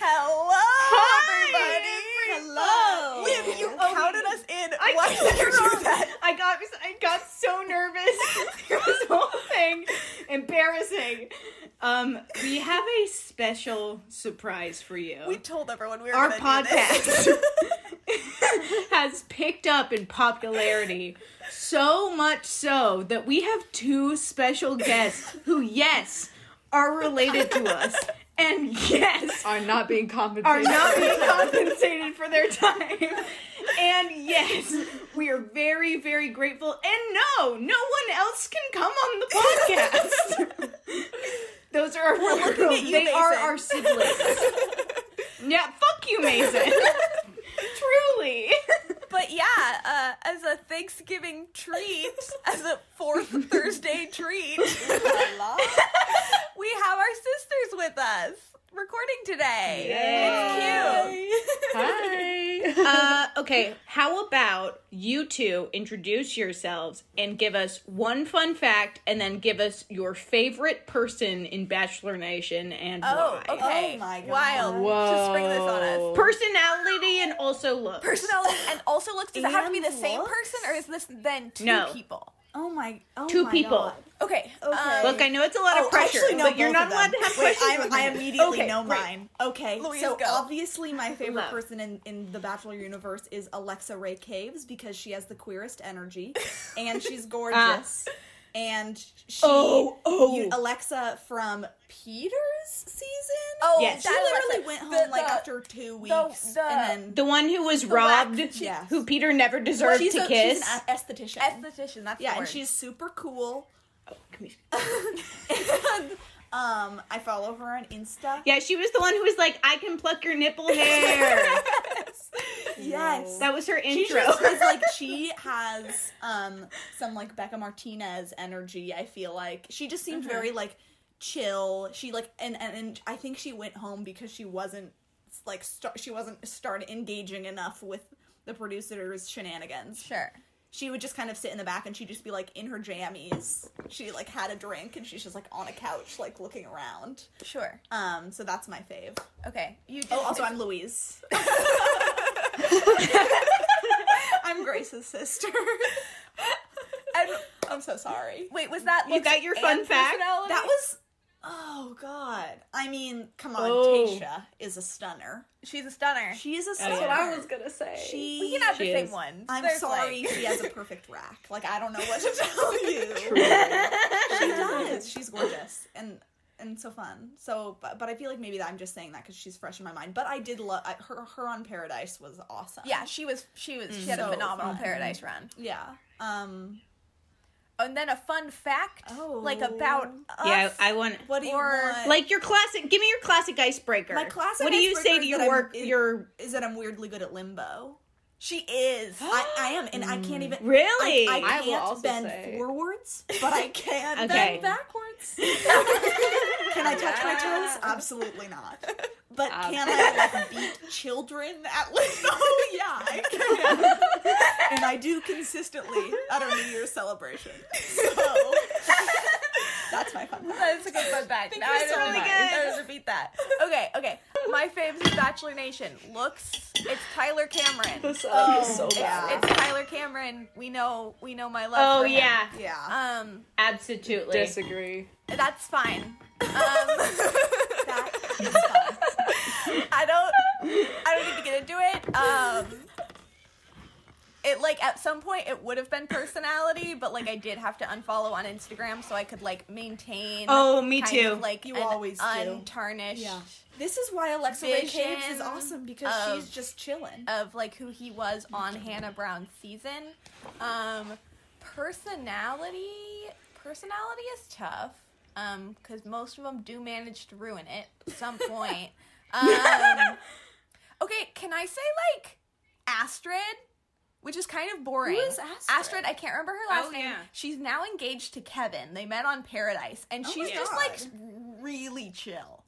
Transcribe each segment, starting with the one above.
Hello, Hi, everybody. everybody. Liv, you Oh, counted we- us in. I Why did you do can't. that? I got I got so nervous. this whole thing embarrassing. Um, we have a special surprise for you. We told everyone we were Our gonna do this. has picked up in popularity so much so that we have two special guests who, yes, are related to us and yes, are not being compensated. are not being compensated for their time. And yes, we are very, very grateful. And no, no one else can come on the podcast. Those are our We're looking at you, They are Mason. our siblings. yeah, fuck you, Mason. Truly. but yeah, uh, as a Thanksgiving treat, as a fourth Thursday treat, we have our sisters with us recording today. Yay. It's cute. Hi. Uh, okay, how about you two introduce yourselves and give us one fun fact and then give us your favorite person in Bachelor Nation and Oh, why. Oh. okay. Oh my God. Wild. Just spring this on us. Whoa. personality and also looks. personality and also looks. Does it have to be the And same looks? person, or is this then two No. people? Um, Oh my. Oh Two my people. God. Okay. Okay. Look, I know it's a lot Oh, of pressure, actually, no, but you're not both of them. allowed to have Wait, questions. I, I immediately Okay, know great. mine. Okay, Louise, so go. obviously my favorite Love. person in, in the Bachelor universe is Alexa Ray Caves because she has the queerest energy, and she's Ah. gorgeous, and she Oh, oh. you- Alexa from Peter's season. Oh, Yes. she that literally Alexa. went home The- like the- after two weeks, the- and then the one who was robbed, whack Yes. who Peter never deserved she's, to a, kiss. she's an esthetician. Esthetician. That's yeah, the word. and she's super cool. Oh, Come here. and um, I follow her on Insta. yeah, she was the one who was like, "I can pluck your nipple hair." Yes. that was her She intro. just is like she has um some like Becca Martinez energy. I feel like she just seemed very like chill. She like and, and and I think she went home because she wasn't like start she wasn't started engaging enough with the producer's shenanigans. sure. She would just kind of sit in the back and she'd just be like in her jammies. She like had a drink and she's just like on a couch like looking around. Sure. Um, so that's my fave. Okay. You. Did Oh, also I'm Louise. I'm Grace's sister. And, I'm so sorry. wait, was that? You looks got your fun and fact? personality? That was oh god. I mean, come on, Oh. Tasha is a stunner. She's a stunner. She is a stunner. That's what I was gonna say. She- We can have She the same is. one. I'm There's, sorry like- she has a perfect rack. Like I don't know what to tell you. She does. She's gorgeous and and so fun. So but, but I feel like maybe that I'm just saying that cuz she's fresh in my mind. But I did love her her on Paradise was awesome. yeah, she was. She was. She had a So phenomenal fun. paradise run. Yeah. Um And then a fun fact, like about us. yeah, I, I want what do you Or- want? like your classic. Give me your classic icebreaker. Uh, My classic What do you icebreaker say to is your that I'm- work? it- your is that I'm weirdly good at limbo. she is. I, I am, and I can't even. Really? I, I I can't will also bend say- forwards, but I can Okay. bend backwards. can I touch my toes? Absolutely not. But can I like, beat children at limbo? yeah, I can. and I do consistently at our New Year's celebration. So that's my fun. fact. That's a good fun fact. Now I Thank you so really much. I just repeat that. Okay, okay. My faves is Bachelor Nation. Looks, it's Tyler Cameron. so It's, it's Tyler Cameron. We know, we know my love. oh for him. yeah, Yeah, Um, absolutely. Disagree. that's fine. Um, I that is fun. don't, I don't need to get into it. Um, it like at some point it would have been personality, but like I did have to unfollow on Instagram so I could like maintain. Oh, me kind too. Of, like You an always do. untarnished. Yeah. This is why Alexa Ray Caves is Vision awesome because of- she's just chilling. of like who he was on Hannah Brown's season. Um, personality, personality is tough because most of them do manage to ruin it at some point. Um, okay, can I say like Astrid? Which is kind of boring. Who is Astrid? I can't remember her last Oh, name. yeah. She's now engaged to Kevin. They met on Paradise, and Oh she's my just God. like really chill.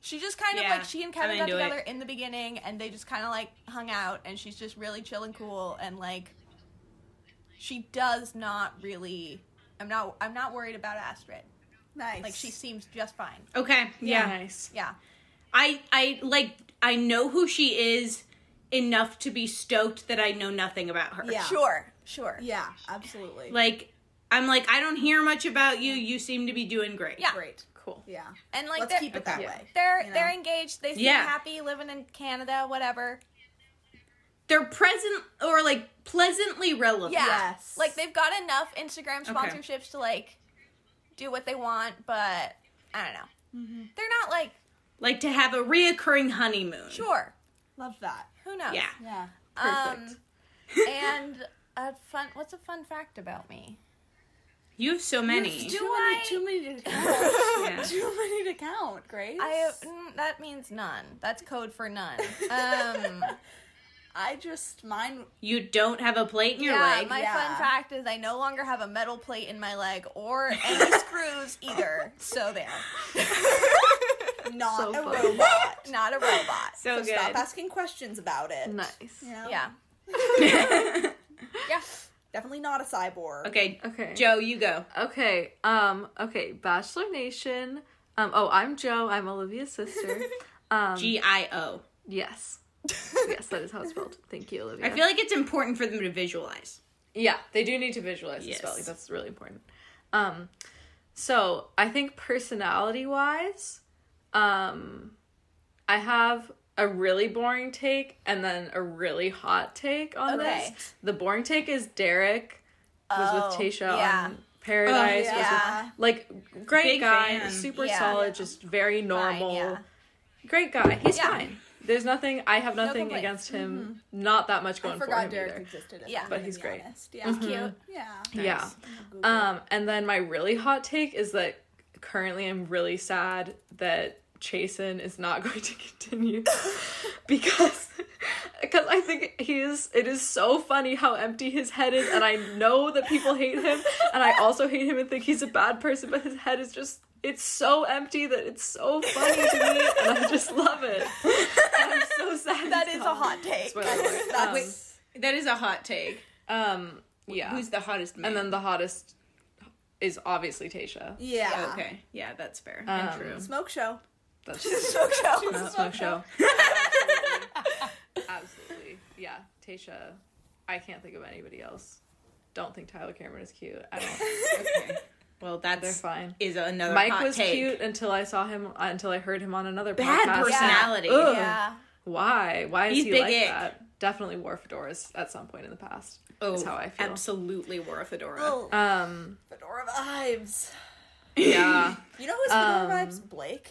She just kind Yeah, of like she and I'm Kevin got into it. together in the beginning, and they just kind of like hung out, and she's just really chill and cool, and like she does not really. I'm not. I'm not worried about Astrid. Nice. Like she seems just fine. Okay. Yeah. Nice. Yeah. I I like I know who she is enough to be stoked that I know nothing about her. Yeah. Sure, sure. Yeah, absolutely. Like I'm like I don't hear much about you. You seem to be doing great. Yeah. Great. Cool. Yeah. And like Let's they're, keep it that Yeah. way. they're you know. they're engaged. They seem Yeah. happy living in Canada, whatever. They're present or like pleasantly relevant. Yeah. Yes. Like they've got enough Instagram sponsorships to like do what they want, but I don't know. Mm-hmm. They're not like Like to have a reoccurring honeymoon. sure. Love that. Who knows? Yeah. Yeah. Perfect. Um, and a fun. What's a fun fact about me? You have so many. do I- Too many to count. Yeah. Too many to count, Grace. I have, mm, that means none. That's code for none. Um, I just mine. You don't have a plate in your yeah, leg. my yeah. fun fact is I no longer have a metal plate in my leg or any screws either. So there, Not So a funny. robot. not a robot. so, So good. stop asking questions about it. Nice. You know? Yeah, yeah. Definitely not a cyborg. okay. Okay. Joe, you go. Okay. Um. Okay. Bachelor Nation. Um. Oh, I'm Joe. I'm Olivia's sister. Um. G I O. yes. Yes, that is how it's spelled. Thank you, Olivia. I feel like it's important for them to visualize. Yeah, they do need to visualize the Yes. spelling. That's really important. Um, so I think personality wise, um, I have a really boring take and then a really hot take on Okay. this. The boring take is Derek was Oh, with Tasha yeah. on Paradise. Oh, was with- yeah. like great Big guy, fan. super Yeah. solid, just very normal. yeah. Great guy. He's Yeah. fine. There's nothing. I have nothing complaints. against him. Not that much going I for forgot him Derek either. existed. Yeah. I'm But gonna he's be great. honest. Yeah. He's cute. Yeah. Yeah. Um, and then my really hot take is that currently I'm really sad that Chasen is not going to continue because because I think he is it is so funny how empty his head is and I know that people hate him and I also hate him and think he's a bad person but his head is just it's so empty that it's so funny to me and I just love it. And I'm so sad. That he's is a gone. hot take. Spoiler alert. That's- wait. That is a hot take. Um yeah. Who's the hottest man? and then the hottest is obviously Tasha. Yeah. Okay. Yeah, that's fair Um, and true. Smoke show. That's So Joe. That's my show. Absolutely. Yeah. Tasha. I can't think of anybody else. Don't think Tyler Cameron is cute. I don't. Okay. Well, They're that's fine. is another Mike hot was take. cute until I saw him, uh, until I heard him on another Bad podcast. personality. Ugh. Yeah. Why? Why is He's he big like ick. that? Definitely wore fedoras at some point in the past. Oh, is how I feel. absolutely wore a fedora. Oh, Um. Fedora vibes. Yeah. You know who's Fedora Um, vibes? Blake.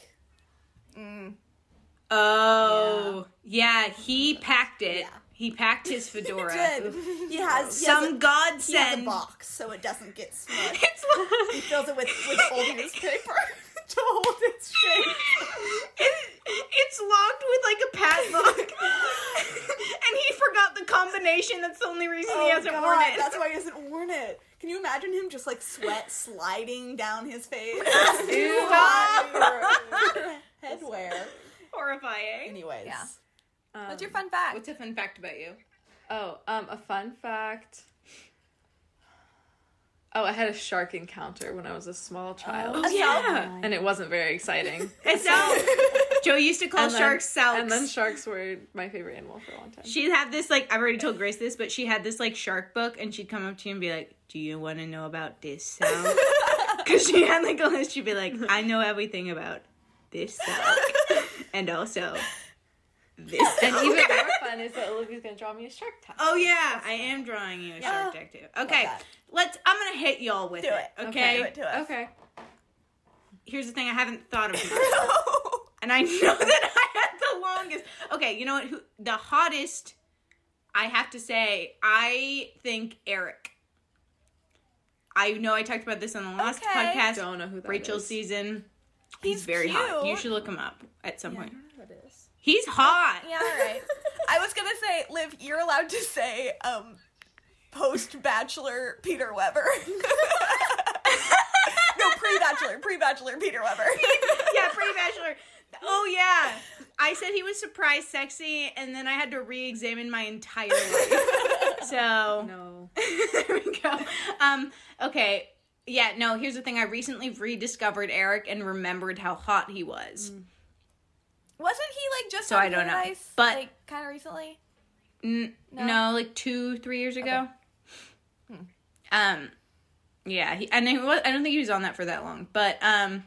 Mm. Oh, yeah. He packed it. Yeah. He packed his fedora. Did. He has he has Some a, he has a godsend. box so it doesn't get smudged. he fills it with with old newspaper to hold its shape. It- it's locked with like a padlock, and he forgot the combination. That's the only reason Oh, he hasn't worn it. Oh, That's why he hasn't worn it. Can you imagine him just like sweat sliding down his face? Ew. Headwear. horrifying. Anyways. Yeah. Um, What's your fun fact? What's a fun fact about you? Oh, um, a fun fact. Oh, I had a shark encounter when I was a small child. Oh, yeah. And it wasn't very exciting. It's out. Joe used to call And then- sharks salks. And then sharks were my favorite animal for a long time. She'd have this like I've already told Grace this, but she had this like shark book, and she'd come up to you and be like, "Do you want to know about this sound?" Because she had like a list. She'd be like, "I know everything about this sound, and also this." And sound." even more fun is that Olivia's gonna draw me a shark tag. oh yeah, I am drawing you a shark deck too. Okay, that. let's. I'm gonna hit y'all with Do it. it. Oh, Okay. Do it to us. Okay. Here's the thing: I haven't thought of much, and I know that I had the longest. Okay, you know what? Who the hottest? I have to say, I think Eric. I know I talked about this on the last Okay. podcast. Don't know who that Rachel is. season. He's, He's very hot. You cute. should look him up at some point. That is. He's hot. Yeah, all right. I was gonna say, Liv, you're allowed to say um, post bachelor Peter Weber. no, pre bachelor, pre bachelor Peter Weber. yeah, pretty bachelor. Oh yeah. I said he was surprise sexy and then I had to re-examine my entire life. So No. there we go. Um, okay. Yeah, no, Mm. here's the thing. I recently rediscovered Eric and remembered how hot he was. Wasn't he like just So on I don't know. Paradise, But- like kind of recently? N- No? no. like two, three years ago. Um, yeah, he, and he was, I don't think he was on that for that long. But um,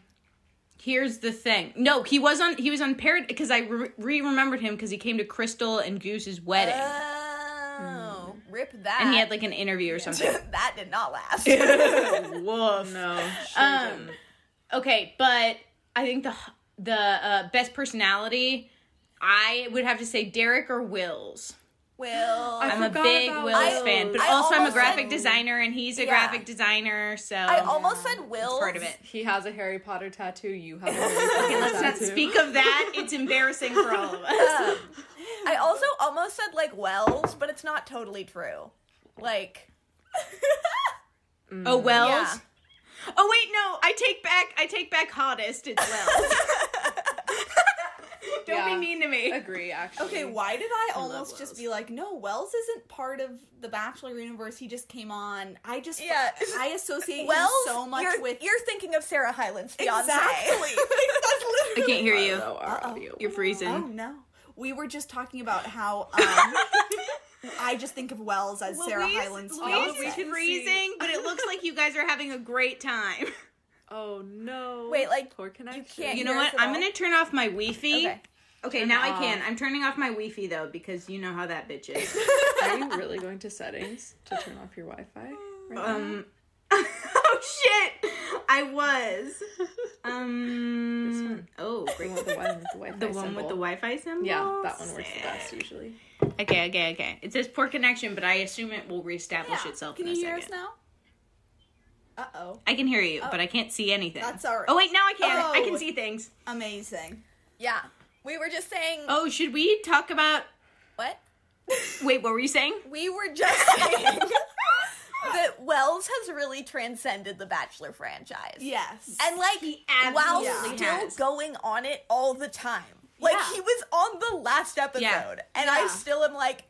here's the thing: no, he was on. He was on Parad because I re remembered him because he came to Crystal and Goose's wedding, Oh, rip that. Mm. and he had like an interview or something. that did not last. Woof. No. Um, okay, but I think the the uh, best personality, I would have to say Derek or Wills. Will I I'm a forgot big about Wills Wills. fan, but I also I'm a almost graphic said- designer, and he's a Yeah. graphic designer, so I almost said Will. part of it. He has a Harry Potter tattoo. You have a Harry Potter Okay, let's not tattoo. speak of that. It's embarrassing for all of us. Um, I also almost said like Wells, but it's not totally true. Like, Oh Wells. Um, Yeah. Oh wait, no, I take back. I take back. Hottest. It's Wells. Don't Yeah. be mean to me. Agree, actually. Okay, why did I almost Mm-hmm. Wells. just be like, no, Wells isn't part of the Bachelor universe. He just came on. I just, Yeah. I associate Wells, him so much you're, with you're thinking of Sarah Hyland's fiance. Exactly. That's I literally- can't hear you. Hello, our Uh-oh. audio. You're freezing. Oh no, we were just talking about how um, I just think of Wells as Sarah Louise- Hyland's Louise we is fiance. can- freezing, but it looks like you guys are having a great time. Oh no. Wait, like, poor connection. can't- You know Here's what? it I'm all. gonna turn off my Wi-Fi. Okay. Okay, now I off. can. I'm turning off my Wi-Fi though because you know how that bitch is. Are you really going to settings to turn off your Wi-Fi? Right um. oh shit! I was. Um. This one. Oh, now? great. You want the one with the Wi-Fi The one with the symbol. Wi-Fi symbol. Yeah, that one works the Sick. best usually. Okay, okay, okay. It says poor connection, but I assume it will reestablish Yeah. itself Can in a you hear second. us now? Uh oh, I can hear you, but I can't see anything. That's all right. Oh wait, now I can. I Oh. can see things. amazing. Yeah. We were just saying Oh, should we talk about? what? Wait, what were you saying? We were just saying that Wells has really transcended the Bachelor franchise. Yes, And like while absolutely still has. going on it all the time. Like Yeah. he was on the last episode Yeah. Oh. and I Yeah. still am like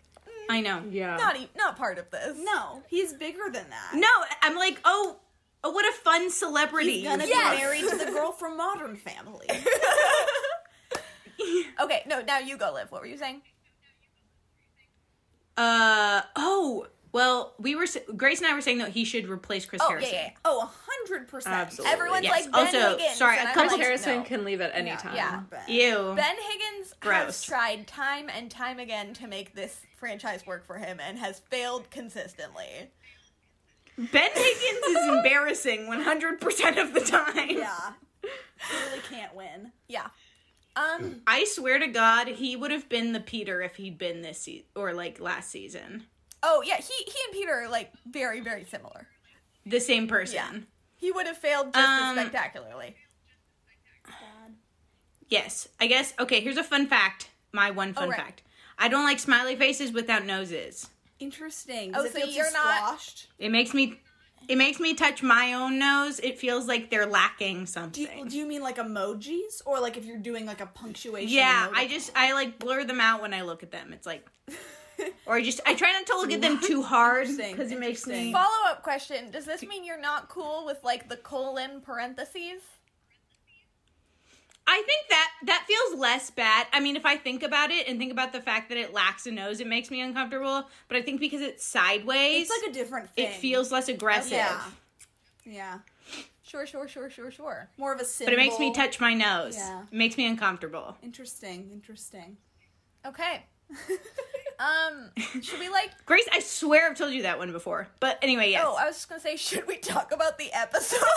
I know. Yeah. not e- not part of this. no, he's bigger than that. No, I'm like, oh, oh what a fun celebrity. He's gonna Yes. be married to the girl from Modern Family. Okay, no, now you go live. What were you saying? uh, oh, well, we were, s- Grace and I were saying that he should replace Chris Oh, yeah, Harrison. yeah. yeah. Oh, a hundred percent. Absolutely. Everyone's Yes. like Ben Also, Higgins. sorry, and I'm Chris like, Harrison no. can leave at any No. time. Yeah. Ew. Ben Higgins has Gross. tried time and time again to make this franchise work for him and has failed consistently. Ben Higgins is embarrassing 100% of the time. Yeah. really can't win. Yeah. Um, I swear to God, he would have been the Peter if he'd been this se- or like last season. oh yeah, he he and Peter are like very, very similar. The same person. Yeah. He would have failed just Um, as spectacularly. Yes. I guess, okay, here's a fun fact. My one fun right. fact. I don't like smiley faces without noses. Interesting. Oh, Does it so feel too you're not- squashed? It makes me it makes me touch my own nose. It feels like they're lacking Do something. you, do you mean like emojis or like if you're doing like a punctuation? yeah, emoji? I just I like blur them out when I look at them. It's like or I just I try not to look at them too hard Interesting, because it makes me interesting. Follow up question: Does this mean you're not cool with like the colon parentheses? I think that that feels less bad. I mean, if I think about it and think about the fact that it lacks a nose, it makes me uncomfortable, but I think because it's sideways, It's like a different thing. it feels less aggressive. Yeah. Yeah. Sure, sure, sure, sure, sure. More of a symbol. But it makes me touch my nose. Yeah. It makes me uncomfortable. Interesting. Interesting. Okay. um, should we like? Grace, I swear I've told you that one before. But anyway, yes. Oh, I was just gonna say, should we talk about the episode?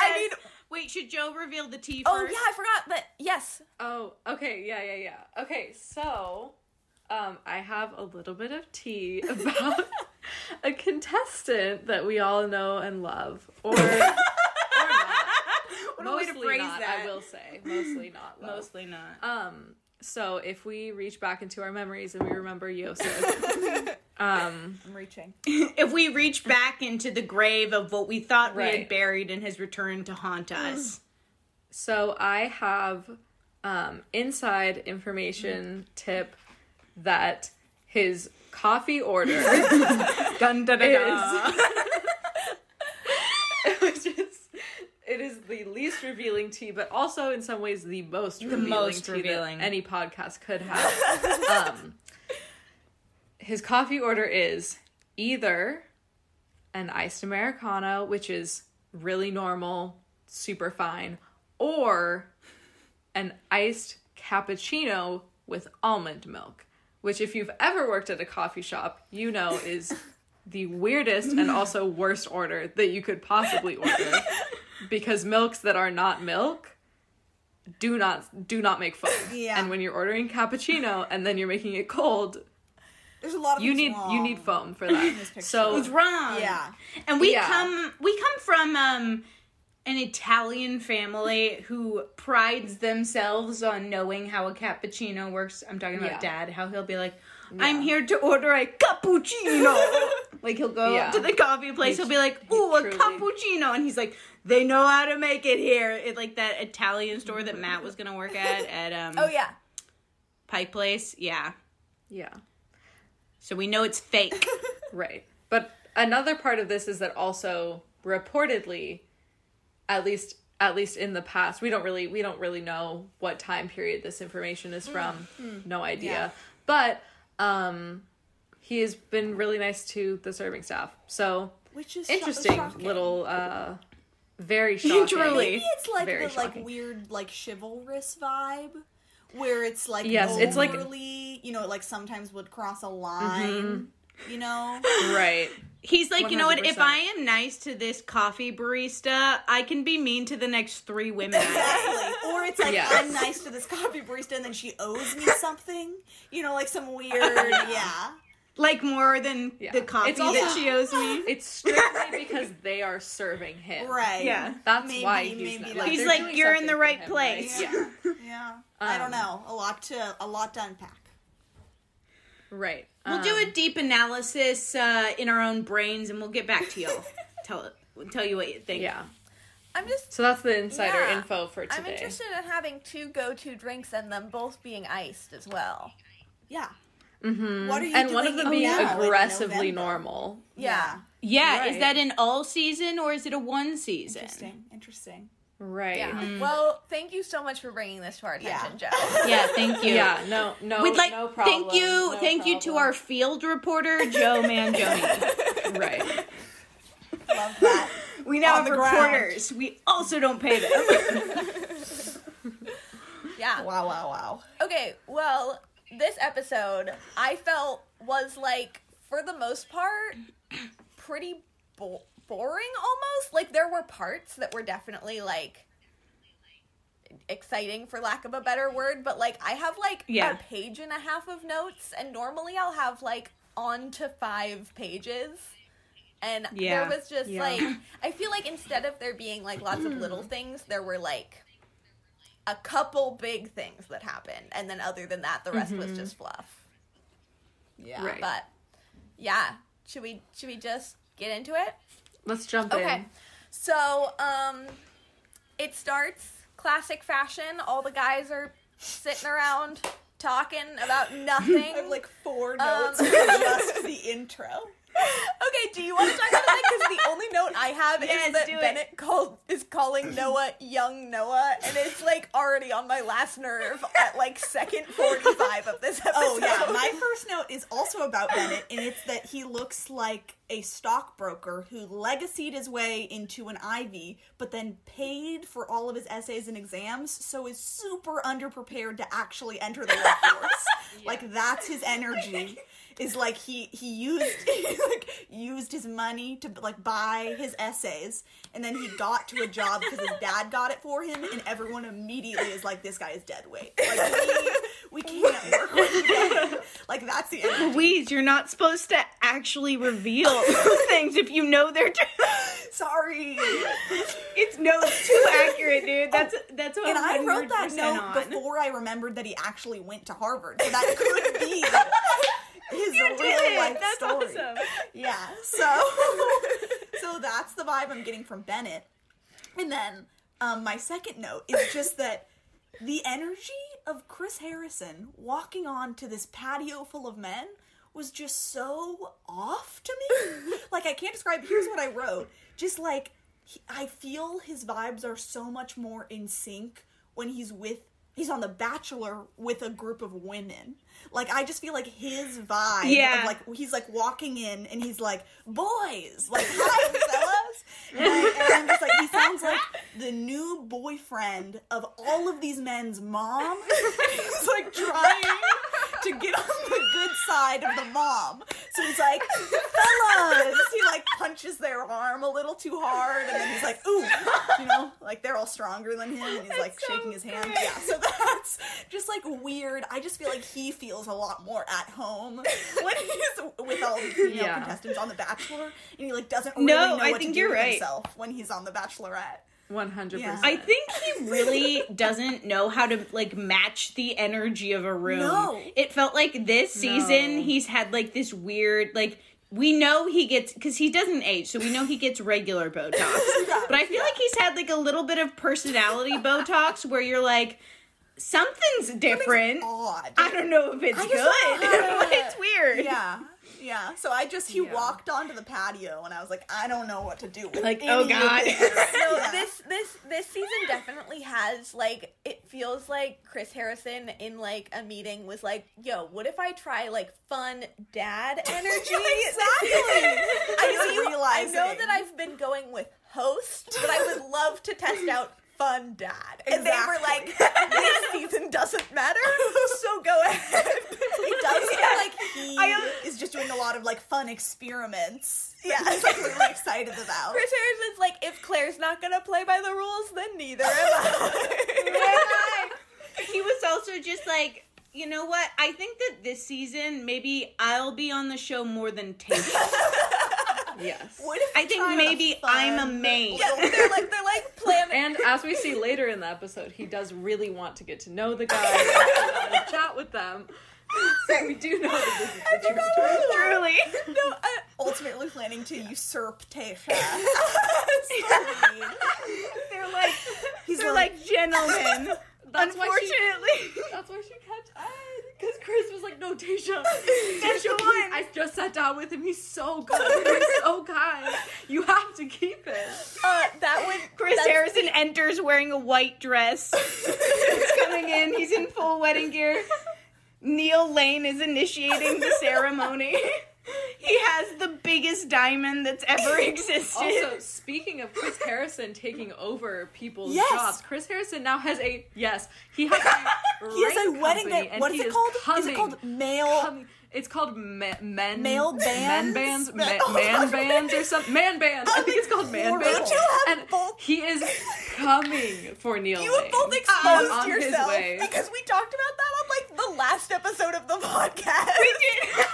I mean- mean, wait, should Joe reveal the tea oh first? yeah, I forgot. But yes, Oh, okay, yeah, yeah, yeah. Okay, so um I have a little bit of tea about a contestant that we all know and love. Or, or not. What a way to phrase not, that. I will say. Mostly not. love. Mostly not. Um, so if we reach back into our memories and we remember Yosef, um, I'm reaching. if we reach back into the grave of what we thought we Right. had buried and has returned to haunt us. so I have um, inside information tip that his coffee order Oh dun, dun, is, which is It is the least revealing tea, but also in some ways the most revealing most tea revealing. that any podcast could have. um, his coffee order is either an iced americano, which is really normal, super fine, or an iced cappuccino with almond milk, which if you've ever worked at a coffee shop, you know is the weirdest and also worst order that you could possibly order because milks that are not milk do not do not make foam. Yeah. And when you're ordering cappuccino and then you're making it cold, There's a lot of you things need you wrong. need foam for that. picture. So It's wrong. Yeah. And we Yeah. come we come from um an Italian family who prides themselves on knowing how a cappuccino works. I'm talking about Yeah. dad, how he'll be like, I'm here to order a cappuccino. like he'll go Yeah. to the coffee place, he'll be like, ooh, a truly- cappuccino. And he's like, they know how to make it here. It like that Italian store that Matt was gonna work at at um Oh yeah. Pike Place. Yeah. yeah. So we know it's fake. Right. But another part of this is that also reportedly at least at least in the past, we don't really we don't really know what time period this information Mm, is from. hmm. No idea. But um he has been really nice to the serving staff. So Which is sho- interesting shocking. little uh very shocking. Truly. Maybe it's like Very the shocking. like weird like chivalrous vibe where it's like Yes, it's like- Mm-hmm. overly, you know, it, like sometimes would cross a line. You know? Right. He's like, you know what? If 100%. I am nice to this coffee barista, I can be mean to the next three women. Exactly. Or it's like Yeah. I'm nice to this coffee barista and then she owes me something. You know, like some weird yeah. like more than Yeah. the coffee It's also- that she owes me. It's strictly because they are serving him. Right. Yeah. That's Maybe- why he's maybe not- that's- He's they're like, doing "You're in the something for right him, place." Yeah. Yeah. Yeah. I don't Um, know. A lot to a lot to unpack. Right. Um, We'll do a deep analysis uh, in our own brains, and we'll get back to you. tell tell you what you think. Yeah. I'm just So that's the insider Yeah. info for today. I'm interested in having two go-to drinks and them both being iced as well. Yeah. Mm-hmm. What are you and one of doing them being now in aggressively November? normal. Yeah. Yeah, is Right. that an all season or is it a one season? Interesting. Interesting. Right. Yeah. Yeah. Well, thank you so much for bringing this to our attention, Yeah. Joe. Yeah, thank you. no, no, We'd like no problem. thank you, no thank you to our problem. field reporter Joe Mangione. right. Love that. we now On have the ground. reporters. We also don't pay them. Yeah. wow, wow, wow. Okay, well, this episode I felt was like, for the most part, pretty bo- boring almost. Like, there were parts that were definitely like exciting for lack of a better word, but like, I have like Yeah. a page and a half of notes, and normally I'll have like on to five pages. And Yeah, there was just yeah. like, I feel like instead of there being like lots of little things, there were like a couple big things that happened, and then other than that, the rest was just fluff. Yeah. Mm-hmm. Right. But yeah, should we should we just get into it? Let's jump Okay. in. So um, it starts classic fashion. All the guys are sitting around talking about nothing. I have like four Um, notes for just the intro. okay, do you want to talk about it? Because the only note I have Yes, is that do it. Bennett called is calling Noah young Noah, and it's like already on my last nerve at like second forty five of this episode. Oh yeah, my first note is also about Bennett, and it's that he looks like a stockbroker who legacied his way into an Ivy, but then paid for all of his essays and exams, so is super underprepared to actually enter the workforce. Like that's his energy. Is like he he used he like used his money to like buy his essays, and then he got to a job because his dad got it for him, and everyone immediately is like, "This guy is dead weight. Like, we, we can't work with him. Like that's the energy. Louise, you're not supposed to actually reveal those things if you know they're true. Sorry. It's no, it's too accurate, dude. That's that's what And I wrote that note on. before I remembered that he actually went to Harvard. So that could be his real life That's story. awesome. Yeah. So so that's the vibe I'm getting from Bennett. And then um, my second note is just that the energy of Chris Harrison walking on to this patio full of men was just so off to me. like I can't describe. Here's what I wrote. Just like he, I feel his vibes are so much more in sync when he's with he's on The Bachelor with a group of women. Like I just feel like his vibe, of, Yeah. like he's like walking in and he's like boys, like hi fellas, Like, and I'm just like he sounds like the new boyfriend of all of these men's mom. he's like trying. To get on the good side of the mom, so he's like, "Fellas," he like punches their arm a little too hard, and then he's like, "Ooh," you know, like they're all stronger than him, and he's like shaking his hand. Yeah, so that's just like weird. I just feel like he feels a lot more at home when he's with all the female Yeah. contestants on The Bachelor, and he like doesn't really No, know I what think to do you're with right. himself when he's on The Bachelorette. One hundred Yeah. percent. I think he really doesn't know how to like match the energy of a room. No. It felt like this season No. he's had like this weird like we know he gets because he doesn't age, so we know he gets regular Botox. but I feel like he's had like a little bit of personality Botox where you're like something's different. Odd. I don't know if it's I good. just don't know. but it's weird. yeah. Yeah, so I just he Yeah. walked onto the patio and I was like, I don't know what to do with Like, any oh, of God. this. So Yeah. this this this season definitely has like it feels like Chris Harrison in like a meeting was like, "Yo, what if I try like fun dad energy?" exactly. I I know just you. I realized know it. that I've been going with host, but I would love to test out fun dad. And they were like, "This season doesn't matter, so go ahead." It does feel Yeah. like he is just doing a lot of like fun experiments. Yeah, I'm really excited about. Chris Harrison's like, if Claire's not gonna play by the rules, then neither am I. he was also just like, you know what? I think that this season maybe I'll be on the show more than Taylor. yes. What if I he think tried maybe a fun- I'm a maid. yeah, they're like they're like planning. And as we see later in the episode, he does really want to get to know the guys, and have a chat with them. So we do know that this is the true story. Truly. No, I, ultimately planning to usurp Tasha? Sorry. They're like He's they're like, like gentlemen. That's why she. Unfortunately. That's why she kept. Because Chris was like, "No, Tasha, Tasha, one." I just sat down with him. He's so good. He's so kind. You have to keep it." uh, that would Chris that's Harrison enters wearing a white dress. He's coming in, he's in full wedding gear. Neil Lane is initiating the ceremony. He has the biggest diamond that's ever existed. Also, speaking of Chris Harrison taking over people's Yes. jobs, Chris Harrison now has a yes. He has a he has a rape wedding company, that and what is he it called? is Coming, it called male? coming- It's called ma- men Male bands? men bands, Ma- ma- Oh man my bands, or something. Man bands. I think it's called man Horrible. bands. You have And both- he is coming for Neil. You have Lane. both He's exposed on his yourself way. because we talked about that on like the last episode of the podcast.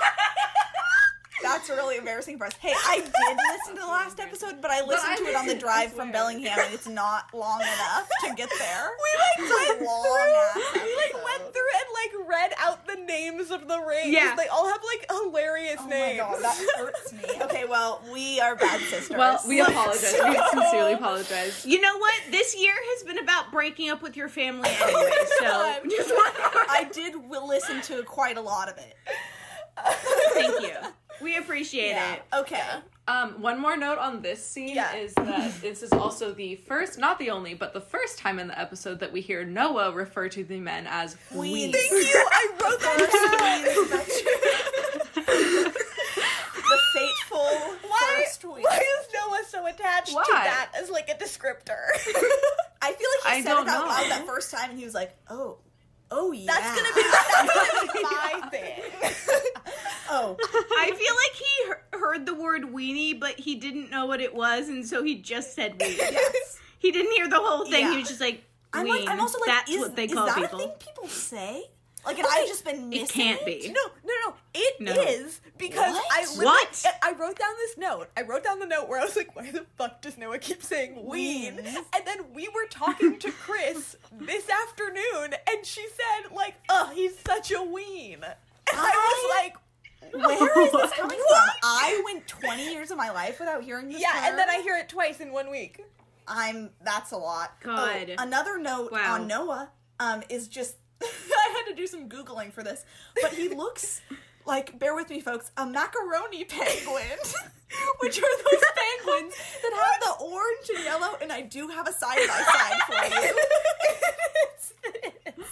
That's really embarrassing for us. Hey, I did listen to the last episode, but I listened I to it on the didn't, drive I from swear. Bellingham, and it's not long enough to get there. We like went through. we like went through and like read out the names of the rings. Yeah. they all have like hilarious Oh my names. god, that hurts me. Okay, well, we are bad sisters. Well, we apologize. We sincerely apologize. You know what? This year has been about breaking up with your family Oh anyway. So God. just one I did w- listen to quite a lot of it. thank you. We appreciate Yeah. it. Okay. Um, one more note on this scene Yeah. is that this is also the first, not the only, but the first time in the episode that we hear Noah refer to the men as We. we. Thank you. I wrote that. the fateful Why, first week. why is Noah so attached Why? to that as like a descriptor? I feel like he I said don't it out know. loud that first time, and he was like, "Oh, oh yeah." That's gonna be that's gonna be my thing. Oh, I feel like he he- heard the word weenie, but he didn't know what it was, and so he just said weenie. yes. He didn't hear the whole thing. Yeah. He was just like, I'm ween. like, I'm also like, that's is, what they is call that people. a thing people say? Like, and I've just been missing It can't be. No, no, no. It is No. because What? I literally- What? I wrote down this note. I wrote down the note where I was like, "Why the fuck does Noah keep saying ween?" Ween. And then we were talking to Chris this afternoon, and she said, "Like, oh, he's such a ween." And I, was like, Where is this coming from? I went 20 years of my life without hearing this. "Yeah," and then term. I hear it twice in one week. I'm that's a lot. Oh, God. another note Wow. on Noah um is just I had to do some googling for this, but he looks like bear with me folks, a macaroni penguin. Which are those penguins that have the orange and yellow, and I do have a side by side for you. It's this.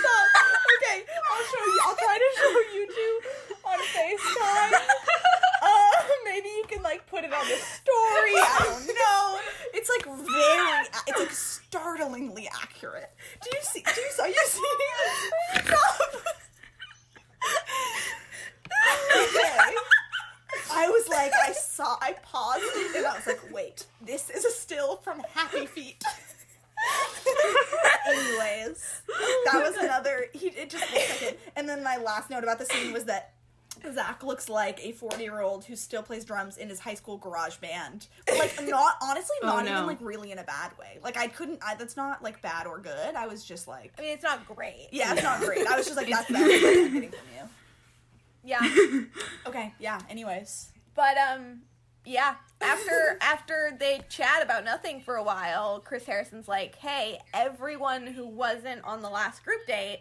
Stop. Okay, I'll show you. I'll try to show you two on FaceTime. Uh, maybe you can like put it on the story. I don't know. It's like very. It's like startlingly accurate. Do you see? Do you see? Are you seeing? Stop. okay. I was like, I saw, I paused, and I was like, wait, this is a still from Happy Feet. Anyways, that was another. He it just looks like it. And then my last note about the scene was that Zach looks like a forty-year-old who still plays drums in his high school garage band. But, Like not honestly, Oh, not no. even like really in a bad way. Like I couldn't. I, that's not like bad or good. I was just like, I mean, it's not great. yeah, it's not great. I was just like, that's bad. I'm getting from you. Yeah. Okay, yeah. Anyways, But um, yeah. After after they chat about nothing for a while, Chris Harrison's like, "Hey, everyone who wasn't on the last group date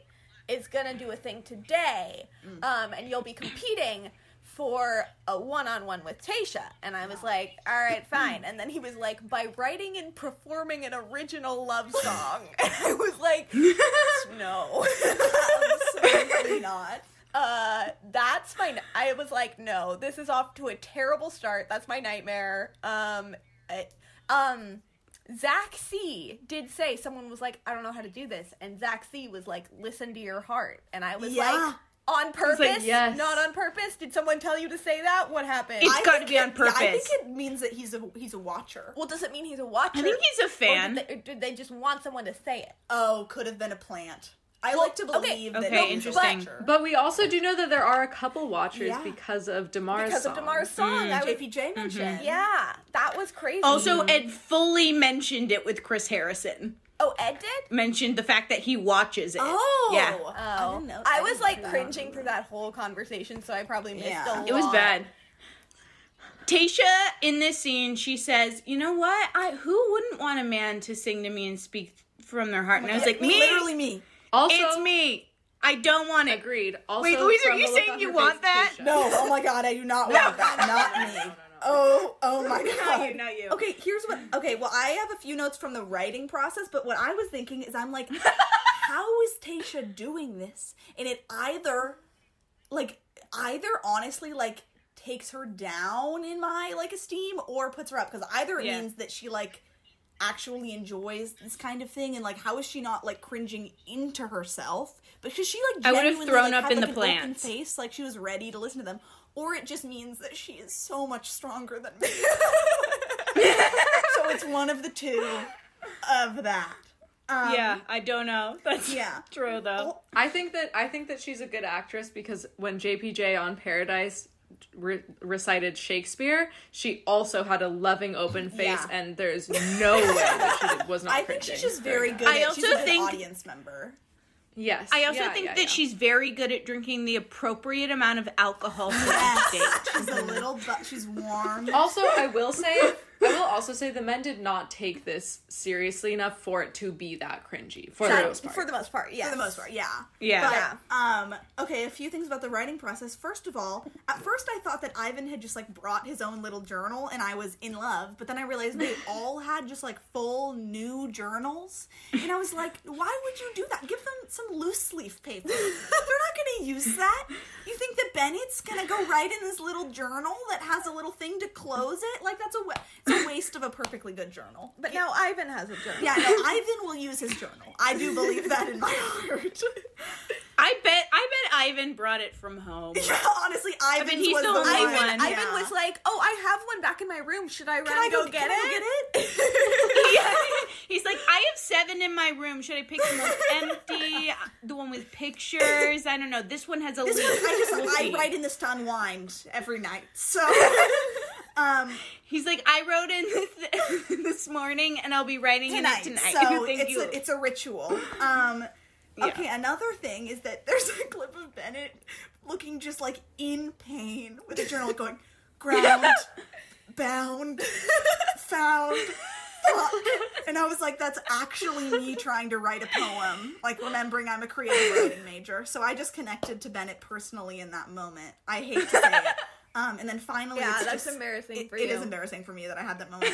is gonna do a thing today, um, and you'll be competing." For a one-on-one with Tasha, and I was like, "All right, fine." And then he was like, "By writing and performing an original love song," and I was like, "No." absolutely not. uh that's my n- i was like no this is off to a terrible start that's my nightmare um I- um zach c did say someone was like i don't know how to do this and zach c was like listen to your heart and i was Yeah. like on purpose yes. not on purpose did someone tell you to say that what happened It's I gotta think be on it- yeah, I purpose. think it means that he's a he's a watcher. well does it mean he's a watcher I think he's a fan. or did, they, or did they just want someone to say it Oh, could have been a plant. I Well, like to okay, believe that okay, he's interesting. a watcher. But we also do know that there are a couple watchers Yeah. because of Damar's because of song. Damar's song I was, JPJ mentioned. Mm-hmm. yeah that was crazy Mm. Also, Mm. Ed fully mentioned it with Chris Harrison. oh ed did Mentioned the fact that he watches it. Oh. yeah, Oh, I, didn't know- I was didn't like know that. cringing through that whole conversation, so I probably missed Yeah. a lot. it was bad. Tasha in this scene, she says, "You know what? I who wouldn't want a man to sing to me and speak from their heart?" and I was like, "Me, literally me. Also, it's me. I don't want it." Agreed. Also, Wait, Louise, are from you the look saying on you her want face, that? Keisha. No, oh my god, I do not want that. Not me. Oh, oh my god. you, not you. Okay, here's what. Okay, well, I have a few notes from the writing process, but what I was thinking is, I'm like, how is Tasha doing this? And it either, like, either honestly, like, takes her down in my like esteem, or puts her up. Because either it Yeah. means that she like actually enjoys this kind of thing, and like, how is she not like cringing into herself? Because she like I would've genuinely, thrown like, up had, in like, the an open plants. face, like she was ready to listen to them. Or it just means that she is so much stronger than me. so it's one of the two of that. Um, yeah, I don't know. That's Yeah. true though. Oh, I think that I think that she's a good actress because when JPJ on Paradise re- recited Shakespeare, she also had a loving open face, Yeah. and there's no way that she did- was not. I think she's cringing just very during good. that. I at- she's a also good think- audience member. Yes, I also yeah, think yeah, that yeah. she's very good at drinking the appropriate amount of alcohol for each Yes, date. she's a little, but she's warm. Also, I will say, I will also say, the men did not take this seriously enough for it to be that cringy. For the That- most part, for the most part. Yeah, for the most part, yeah. Yeah. But, um, okay, a few things about the writing process. First of all, at first I thought that Ivan had just like brought his own little journal and I was in love, but then I realized they all had just like full new journals. And I was like, why would you do that? Give them some loose leaf paper. They're not gonna use that. You think that Bennett's gonna go write in this little journal that has a little thing to close it? Like that's a wa- it's a waste of a perfectly good journal. But now Ivan has a journal. Yeah, no, Ivan will use his journal. I do believe that in my heart. I bet I bet Ivan brought it from home. Yeah, honestly, Ivan mean, he's was the the only one. one. Ivan was like, "Oh, I have one back in my room. Should I run "Can and I go, go, get, can I it? go get it?" He's like, I have seven in my room. Should I pick the most empty? The one with pictures? I don't know. This one has a leaf. I just We'll I see." write in this to unwind every night. So, um, He's like, I wrote in this, this morning, and I'll be writing tonight. in it tonight. So Thank it's you. a, it's a ritual. Um, Yeah. okay. Another thing is that there's a clip of Bennett looking just like in pain with a journal going ground bound found. fuck." And I was like, that's actually me trying to write a poem. Like, remembering I'm a creative writing major. So I just connected to Bennett personally in that moment. I hate to say it. Um, and then finally, Yeah, it's that's just- embarrassing it- for It is you. embarrassing for me that I had that moment.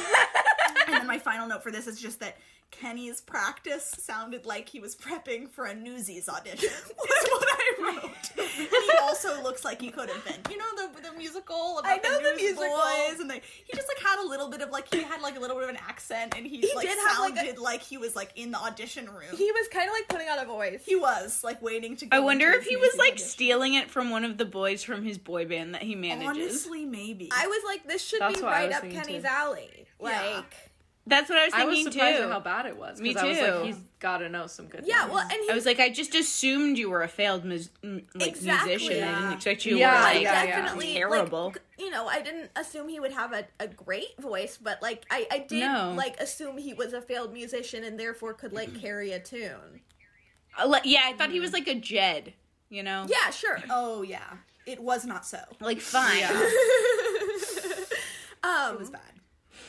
and then my final note for this is just that Kenny's practice sounded like he was prepping for a Newsies audition. Was what I wrote. and he also looks like he could have been. You know the the musical about I know the the musical. newsboys, and they, he just like had a little bit of like he had like a little bit of an accent, and he, He like did have, like, a- sounded like, he was like in the audition room. He was kind of like putting on a voice. He was like waiting to. Go I wonder into if his he was Newsies like audition. stealing it from one of the boys from his boy band that he manages. Honestly, maybe. I was like, this should That's be what I right was up thinking, Kenny's too. alley. Like, That's what I was I thinking was surprised too. at how bad it was. Me 'cause I was like, too. he's got to know some good. yeah, ones. well, and he I was like, I just assumed you were a failed mus- m- like Exactly. musician. I didn't Yeah. expect you Yeah, were I like yeah, yeah. definitely like, terrible. g- you know, I didn't assume he would have a, a great voice, but like I, I did No. like assume he was a failed musician and therefore could like carry a tune. Uh, like- yeah. I thought Mm-hmm. he was like a Jed. You know. Yeah, sure. Oh yeah, it was not so. It Like fine. Um was bad.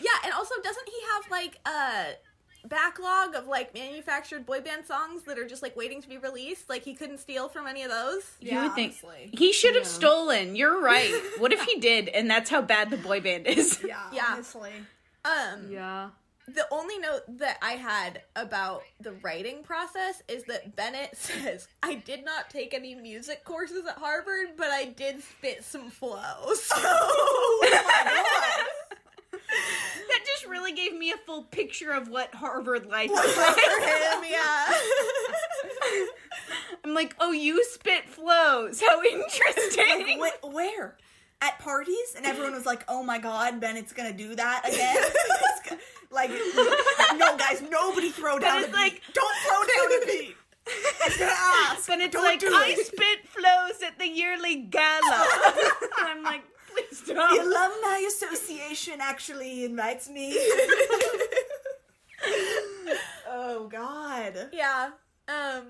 yeah, and also doesn't he have like a backlog of like manufactured boy band songs that are just like waiting to be released? Like he couldn't steal from any of those? You would think he should have stolen. You're right. What if he did? And that's how bad the boy band is. Yeah, Yeah. honestly. Um yeah. the only note that I had about the writing process is that Bennett says, I did not take any music courses at Harvard, but I did spit some flow. Oh, So That just really gave me a full picture of what Harvard life Good is for like. him, yeah. I'm like, oh, you spit flows. How interesting. Wh- where? At parties, and everyone was like, "Oh my God, Bennett's gonna do that again." It's go- like, no, guys, nobody throw down is a beat. like- Don't throw down a beat. It's gonna ask. And it's Don't like, do I it. spit flows at the yearly gala. and I'm like, please The don't. alumni association actually invites me. oh God. yeah. Um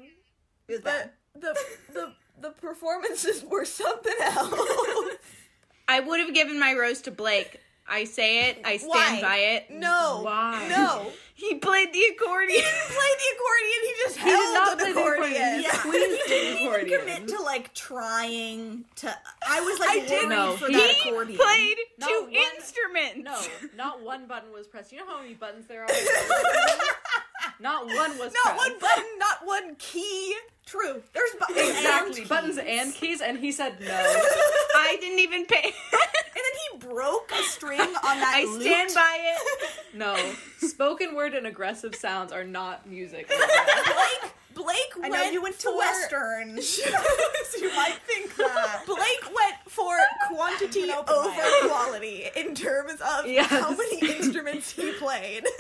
It was but bad. the the the performances were something else. I would have given my rose to Blake. I say it, I stand Why? by it. No. Why? No. He played the accordion. Play the accordion, he just He held did not an play the accordion. accordion. He Yeah. squeezed the commit accordion. to like trying to. I was like I did- worried No, for he that he accordion. played Not two one- instruments. No, not one button was pressed. You know how many buttons there are? not one was Not pressed. one button, not one key. True. There's bu- Exactly. and- buttons and keys, and he said no. I didn't even pay. And then he broke a string on that. I lute. stand by it. No. Spoken word and aggressive sounds are not music. Blake Blake I went know you went to for- Western. so you might think that. Blake went for quantity I'm over gonna open my eyes. quality in terms of Yes. how many instruments he played.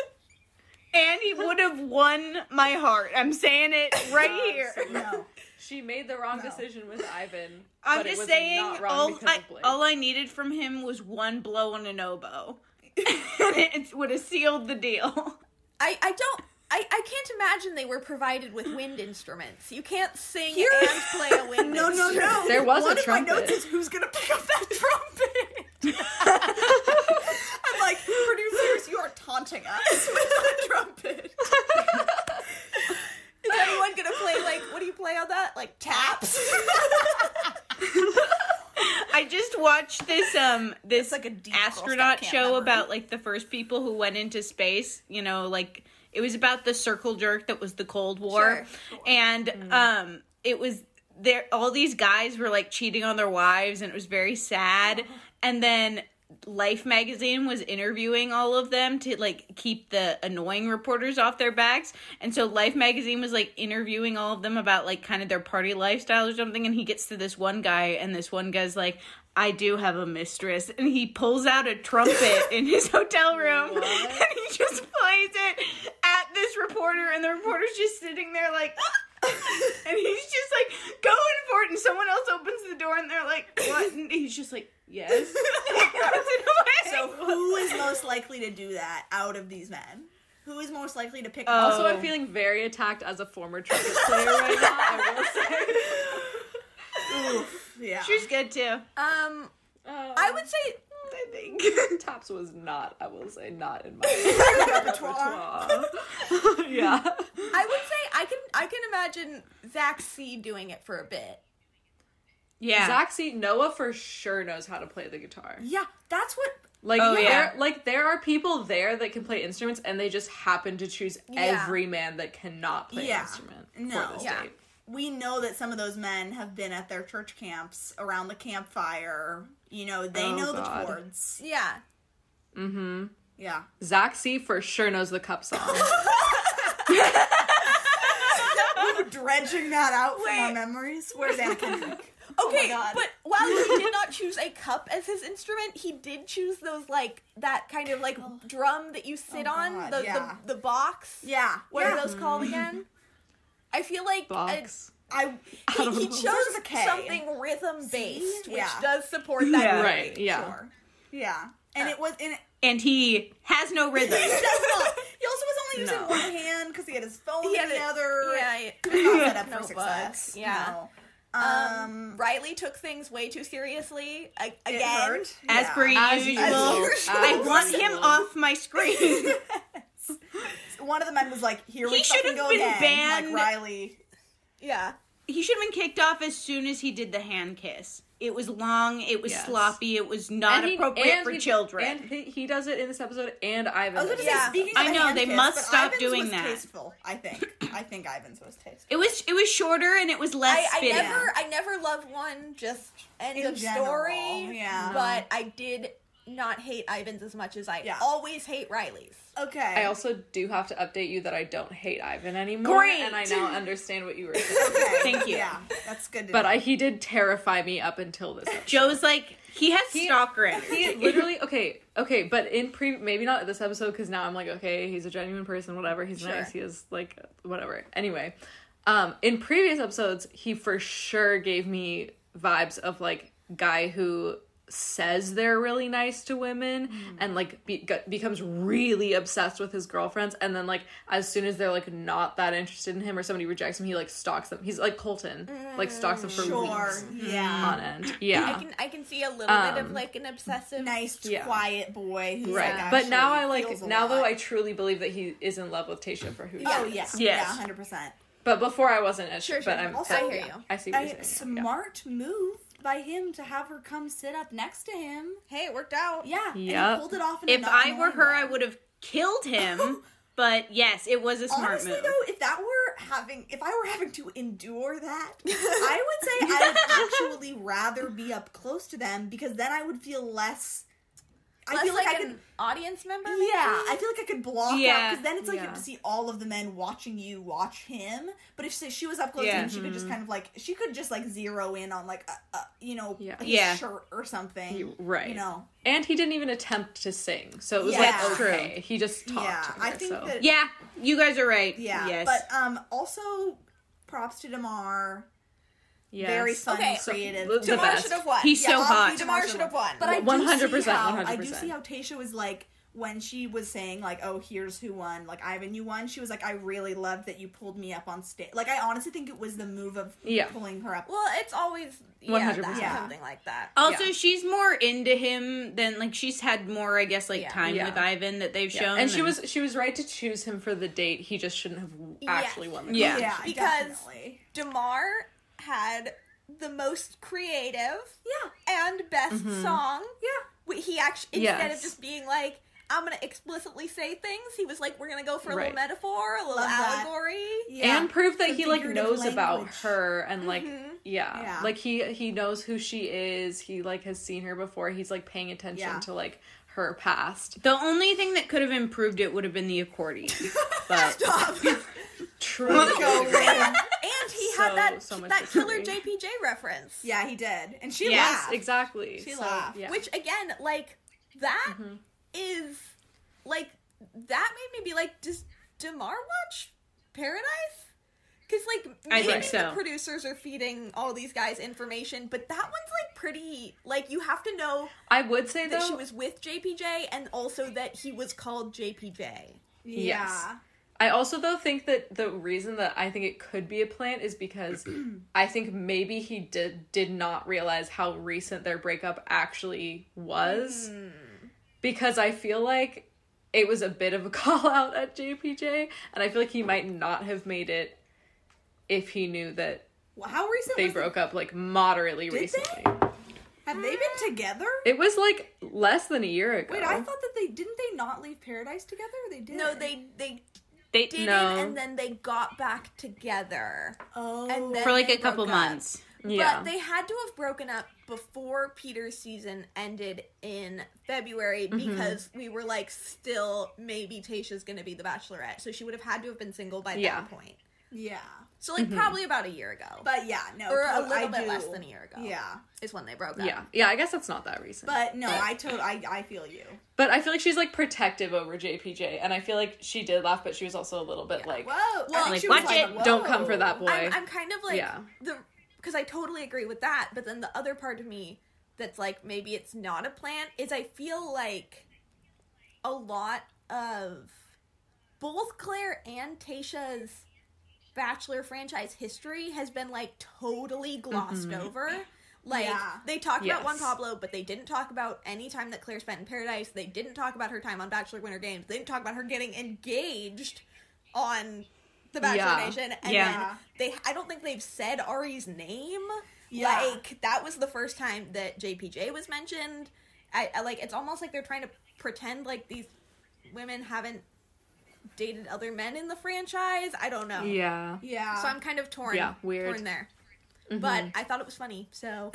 And he would have won my heart. I'm saying it right here. No. She made the wrong No. decision with Ivan. I'm but it just was saying, not wrong all because I, of Blake. all I needed from him was one blow on an oboe. it would have sealed the deal. I, I don't I, I can't imagine they were provided with wind instruments. You can't sing Here- and play a wind No, no, instrument. no. There was a One trumpet. of my notes is who's gonna pick up that trumpet. I'm like, producers, you are taunting us with the trumpet. Is anyone gonna play like what do you play on that? Like Taps. I just watched this um this like a deep Girl Scout astronaut camp show memory. about like the first people who went into space. You know, like it was about the circle jerk that was the Cold War, and um it was there. All these guys were like cheating on their wives, and it was very sad. And then. Life magazine was interviewing all of them to like keep the annoying reporters off their backs. And so Life magazine was like interviewing all of them about like kind of their party lifestyle or something and he gets to this one guy and this one guy's like I do have a mistress, and he pulls out a trumpet in his hotel room, and he just plays it at this reporter, and the reporter's just sitting there like, and he's just like going for it, and someone else opens the door, and they're like, what? And he's just like, yes. And he throws it away. So who is most likely to do that out of these men? Who is most likely to pick Oh. up? Also, I'm feeling very attacked as a former trumpet player right now. I will say. Oof, yeah. she's good too. Um Um, I would say I think Tops was not. I will say not in my repertoire. repertoire. yeah. I would say I can I can imagine Zach C doing it for a bit. Yeah. Zaxi Noah for sure knows how to play the guitar. Yeah, that's what. Like Oh, there, yeah. like there are people there that can play instruments, and they just happen to choose Yeah. every man that cannot play Yeah. an instrument No. for this Yeah. date. We know that some of those men have been at their church camps around the campfire. You know, they Oh, know God. the chords. Yeah. Yeah. Zaxi for sure knows the cup song. we were dredging that out from our Wait. memories. Where's Anna Kendrick? Oh my Okay, God. but while he did not choose a cup as his instrument, he did choose those like that kind of like drum that you sit Oh, on God, the, yeah. the the box. yeah. What yeah. are those called again? I feel like a, Box. I he, he know. chose There's a K. something rhythm based, which Yeah. does support that. Yeah. movie, Right, yeah. Sure. yeah. And it was and it, and he has no rhythm. he does not. He also was only using No. one hand because he had his phone He in had the it- other. Yeah. He was not set up for Notebook, success. yeah. No. Um, Um, Riley took things way too seriously a- it again. hurt. As Yeah. per As usual. usual. I As want him usual. off my screen. one of the men was like, "Here He we should have fucking go been again." banned. Like Riley. Yeah. he should have been kicked off as soon as he did the hand kiss. It was long, it was Yes. sloppy, it was not And he- appropriate and for he- children. And he, he does it in this episode, and Ivan. I was going to does it. Yeah. say, speaking of I the know, hand they kiss, must but stop Ivan's doing was that. Tasteful, I think. I think Ivan's was tasteful. it was it was shorter and it was less I, I fitting. never I never loved one just end In of general, story. yeah. But I did not hate Ivan's as much as I Yeah. always hate Riley's. Okay. I also do have to update you that I don't hate Ivan anymore, Great. and I now understand what you were saying. Okay, Thank you. Yeah, that's good. To but know. I, he did terrify me up until this. episode. Joe's like he has stalker He energy. literally okay, okay, but in pre maybe not this episode because now I'm like okay, he's a genuine person, whatever. He's Sure. nice. He is like whatever. Anyway, um, in previous episodes, he for sure gave me vibes of like guy who says they're really nice to women Hmm. and like be- g- becomes really obsessed with his girlfriends and then like as soon as they're like not that interested in him or somebody rejects him he like stalks them he's like colton like stalks them for sure. Hmm. weeks Yeah. on end yeah Uh. I can I can see a little bit Um, of like an obsessive. Nice, Yeah. quiet boy. Who's Right. Like but now I actually like feels a now though lot. I truly believe that he is in love with Tasha for who she Oh is. yeah. Yeah. Yes. Hundred percent. But before I wasn't as Sure, sure, sure. but I'm Also, but I hear yeah, you. I see what A you're saying. yeah. smart move by him to have her come sit up next to him. Hey, it worked out. Yeah. and he Yep. pulled it off. In a if not I were annoying her, way. I would have killed him. but yes, it was a smart Honestly move. though, if that were having, if I were having to endure that, I would say I would actually rather be up close to them because then I would feel less. I Less feel like, like I an could. audience member. maybe? Yeah, I feel like I could block out Yeah, because then it's like you have yeah. to see all of the men watching you watch him. But if say, she was up close, Yeah. and she could just kind of like she could just like zero in on like a, a, you know Yeah. his Yeah. shirt or something. You- right. You know. And he didn't even attempt to sing. So it was Yeah. like That's okay. He just talked Yeah, to her, I think so. that- yeah, you guys are right. Yeah. Yes. But um, also props to Damar. yes. Very fun, Okay. So- creative. the- the Damar best. should have won. He's so hot. obviously Damar should have won. But I do 100%, see how I do 100%. see how Tasha was like when she was saying like, "Oh, here's who won." Like Ivan, you won. She was like, "I really loved that you pulled me up on stage." Like I honestly think it was the move of Yeah. pulling her up. well, it's always yeah, 100%. that, Yeah. something like that. also, yeah. she's more into him than like she's had more, I guess, like Yeah. time Yeah. with Ivan that they've yeah. shown. And she than- was she was right to choose him for the date. He just shouldn't have actually won the Yeah. competition. Because- definitely. Damar had the most creative yeah, and best song. yeah, Wh- He actually instead Mm-hmm. Yes. of just being like. I'm gonna explicitly say things. He was like, "We're gonna go for a Right. little metaphor, a little Love that. allegory." yeah. and prove that Some he like figurative knows about language. Mm-hmm. her and like yeah. Yeah. like he he knows who she is he like has seen her before he's like paying attention Yeah. to like her past the only thing that could have improved it would have been the accordion. But Stop. true Go in. And he So- had that so much that killer history. JPJ reference. yeah, he did, and she Yes, laughed. exactly She So, laughed. yeah. Which again, like that is Mm-hmm. like that made me be like, does Demar watch Paradise? Because like I maybe think the so. producers are feeding all these guys information, but that one's like pretty. Like you have to know i would say that though she was with JPJ and also that he was called JPJ. Yeah. I also though think that the reason that I think it could be a plant is because I think maybe he did did not realize how recent their breakup actually was. Because I feel like it was a bit of a call out at JPJ and I feel like he might not have made it if he knew that Well, how recent They was the- broke up like moderately they? recently. have they been together? It was like less than a year ago. Wait, I thought that they didn't they not leave Paradise together? They did. No, they they They didn't, No. and then they got back together. Oh. And then for like they a couple broke up. months. yeah. But they had to have broken up before Peter's season ended in February because we were like still maybe Tasha's gonna be the Bachelorette, so she would have had to have been single by Yeah. that point. yeah. So like probably about a year ago, But yeah, no. or a prob- little I bit do- less than a year ago. Yeah. is when they broke up. yeah. Yeah, I guess that's not that recent. But, But no, I totally I, I feel you. I feel like she's like protective over JPJ and I feel like she did laugh but she was also a little bit like Whoa. Well, I think like, she was watch it, whoa. don't come for that boy. I'm, I'm kind of like Yeah. the because I totally agree with that, but then the other part of me that's like maybe it's not a plan is I feel like a lot of both Claire and Tasha's Bachelor franchise history has been like totally glossed over. Like Yeah. they talked about Juan Mm-hmm. Yes. Pablo, but they didn't talk about any time that Claire spent in Paradise. They didn't talk about her time on Bachelor Winter Games. They didn't talk about her getting engaged on the Bachelor Yeah. Nation. And Yeah. then they I don't think they've said Ari's name. Yeah. Like that was the first time that JPJ was mentioned. I, I like it's almost like they're trying to pretend like these women haven't dated other men in the franchise. I don't know. Yeah. Yeah. So I'm kind of torn. Yeah, weird. Torn there. But I thought it was funny, so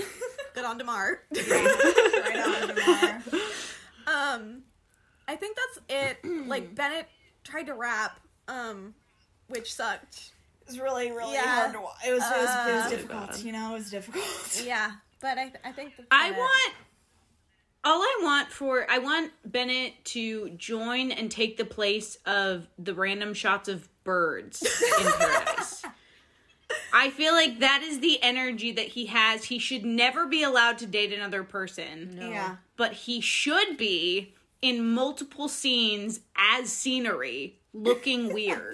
good on Demar. right on Demar. um, I think that's it. like Bennett tried to rap, um, which sucked. It was really, really Yeah. hard to watch. It was, it was, it was Uh, difficult. Really bad. You know, it was difficult. Yeah, but I I think that's I it. want all I want for I want Bennett to join and take the place of the random shots of birds in paradise. I feel like that is the energy that he has. He should never be allowed to date another person, Yeah. but he should be in multiple scenes as scenery, looking weird.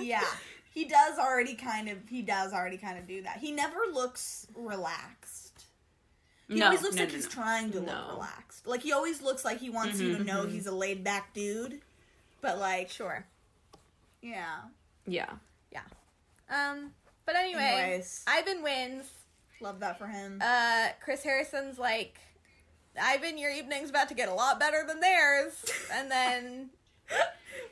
Yeah. He does already kind of he does already kind of do that. He never looks relaxed. He no, always looks no, like no, he's no. trying to look No. relaxed. Like he always looks like he wants you to know he's a laid back dude. But like sure. Yeah. Yeah. Um, but anyway, Anyways. Ivan wins. Love that for him. Uh, Chris Harrison's like, Ivan, your evening's about to get a lot better than theirs, and then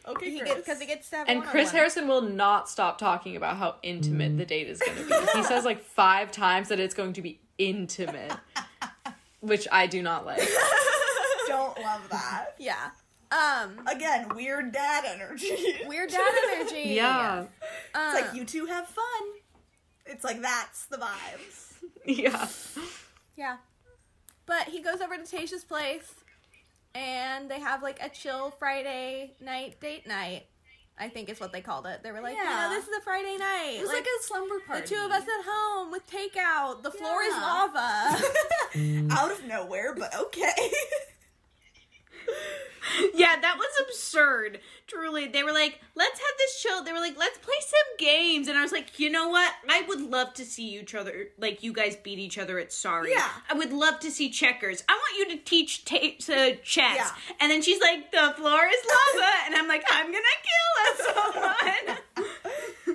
okay, he Chris. gets because he gets to have And Chris one-on-one. Harrison will not stop talking about how intimate the date is going to be. He says like five times that it's going to be intimate, which I do not like. don't love that. Yeah. Um, Again, weird dad energy. It's weird dad energy. Yeah. Um, like you two have fun. It's like that's the vibes. Yeah. yeah. But he goes over to Tasha's place, and they have like a chill Friday night date night. I think is what they called it. They were like, Yeah. you know, this is a Friday night. It was like, a slumber party. the two of us at home with takeout. The floor is Yeah. lava. out of nowhere, but okay. Yeah, that was absurd. Truly, they were like, "Let's have this chill." They were like, "Let's play some games," and I was like, "You know what? I would love to see each other, like you guys beat each other at Sorry. Yeah. I would love to see checkers. I want you to teach ta- to chess." Yeah. And then she's like, "The floor is lava," and I'm like, "I'm gonna kill us, someone."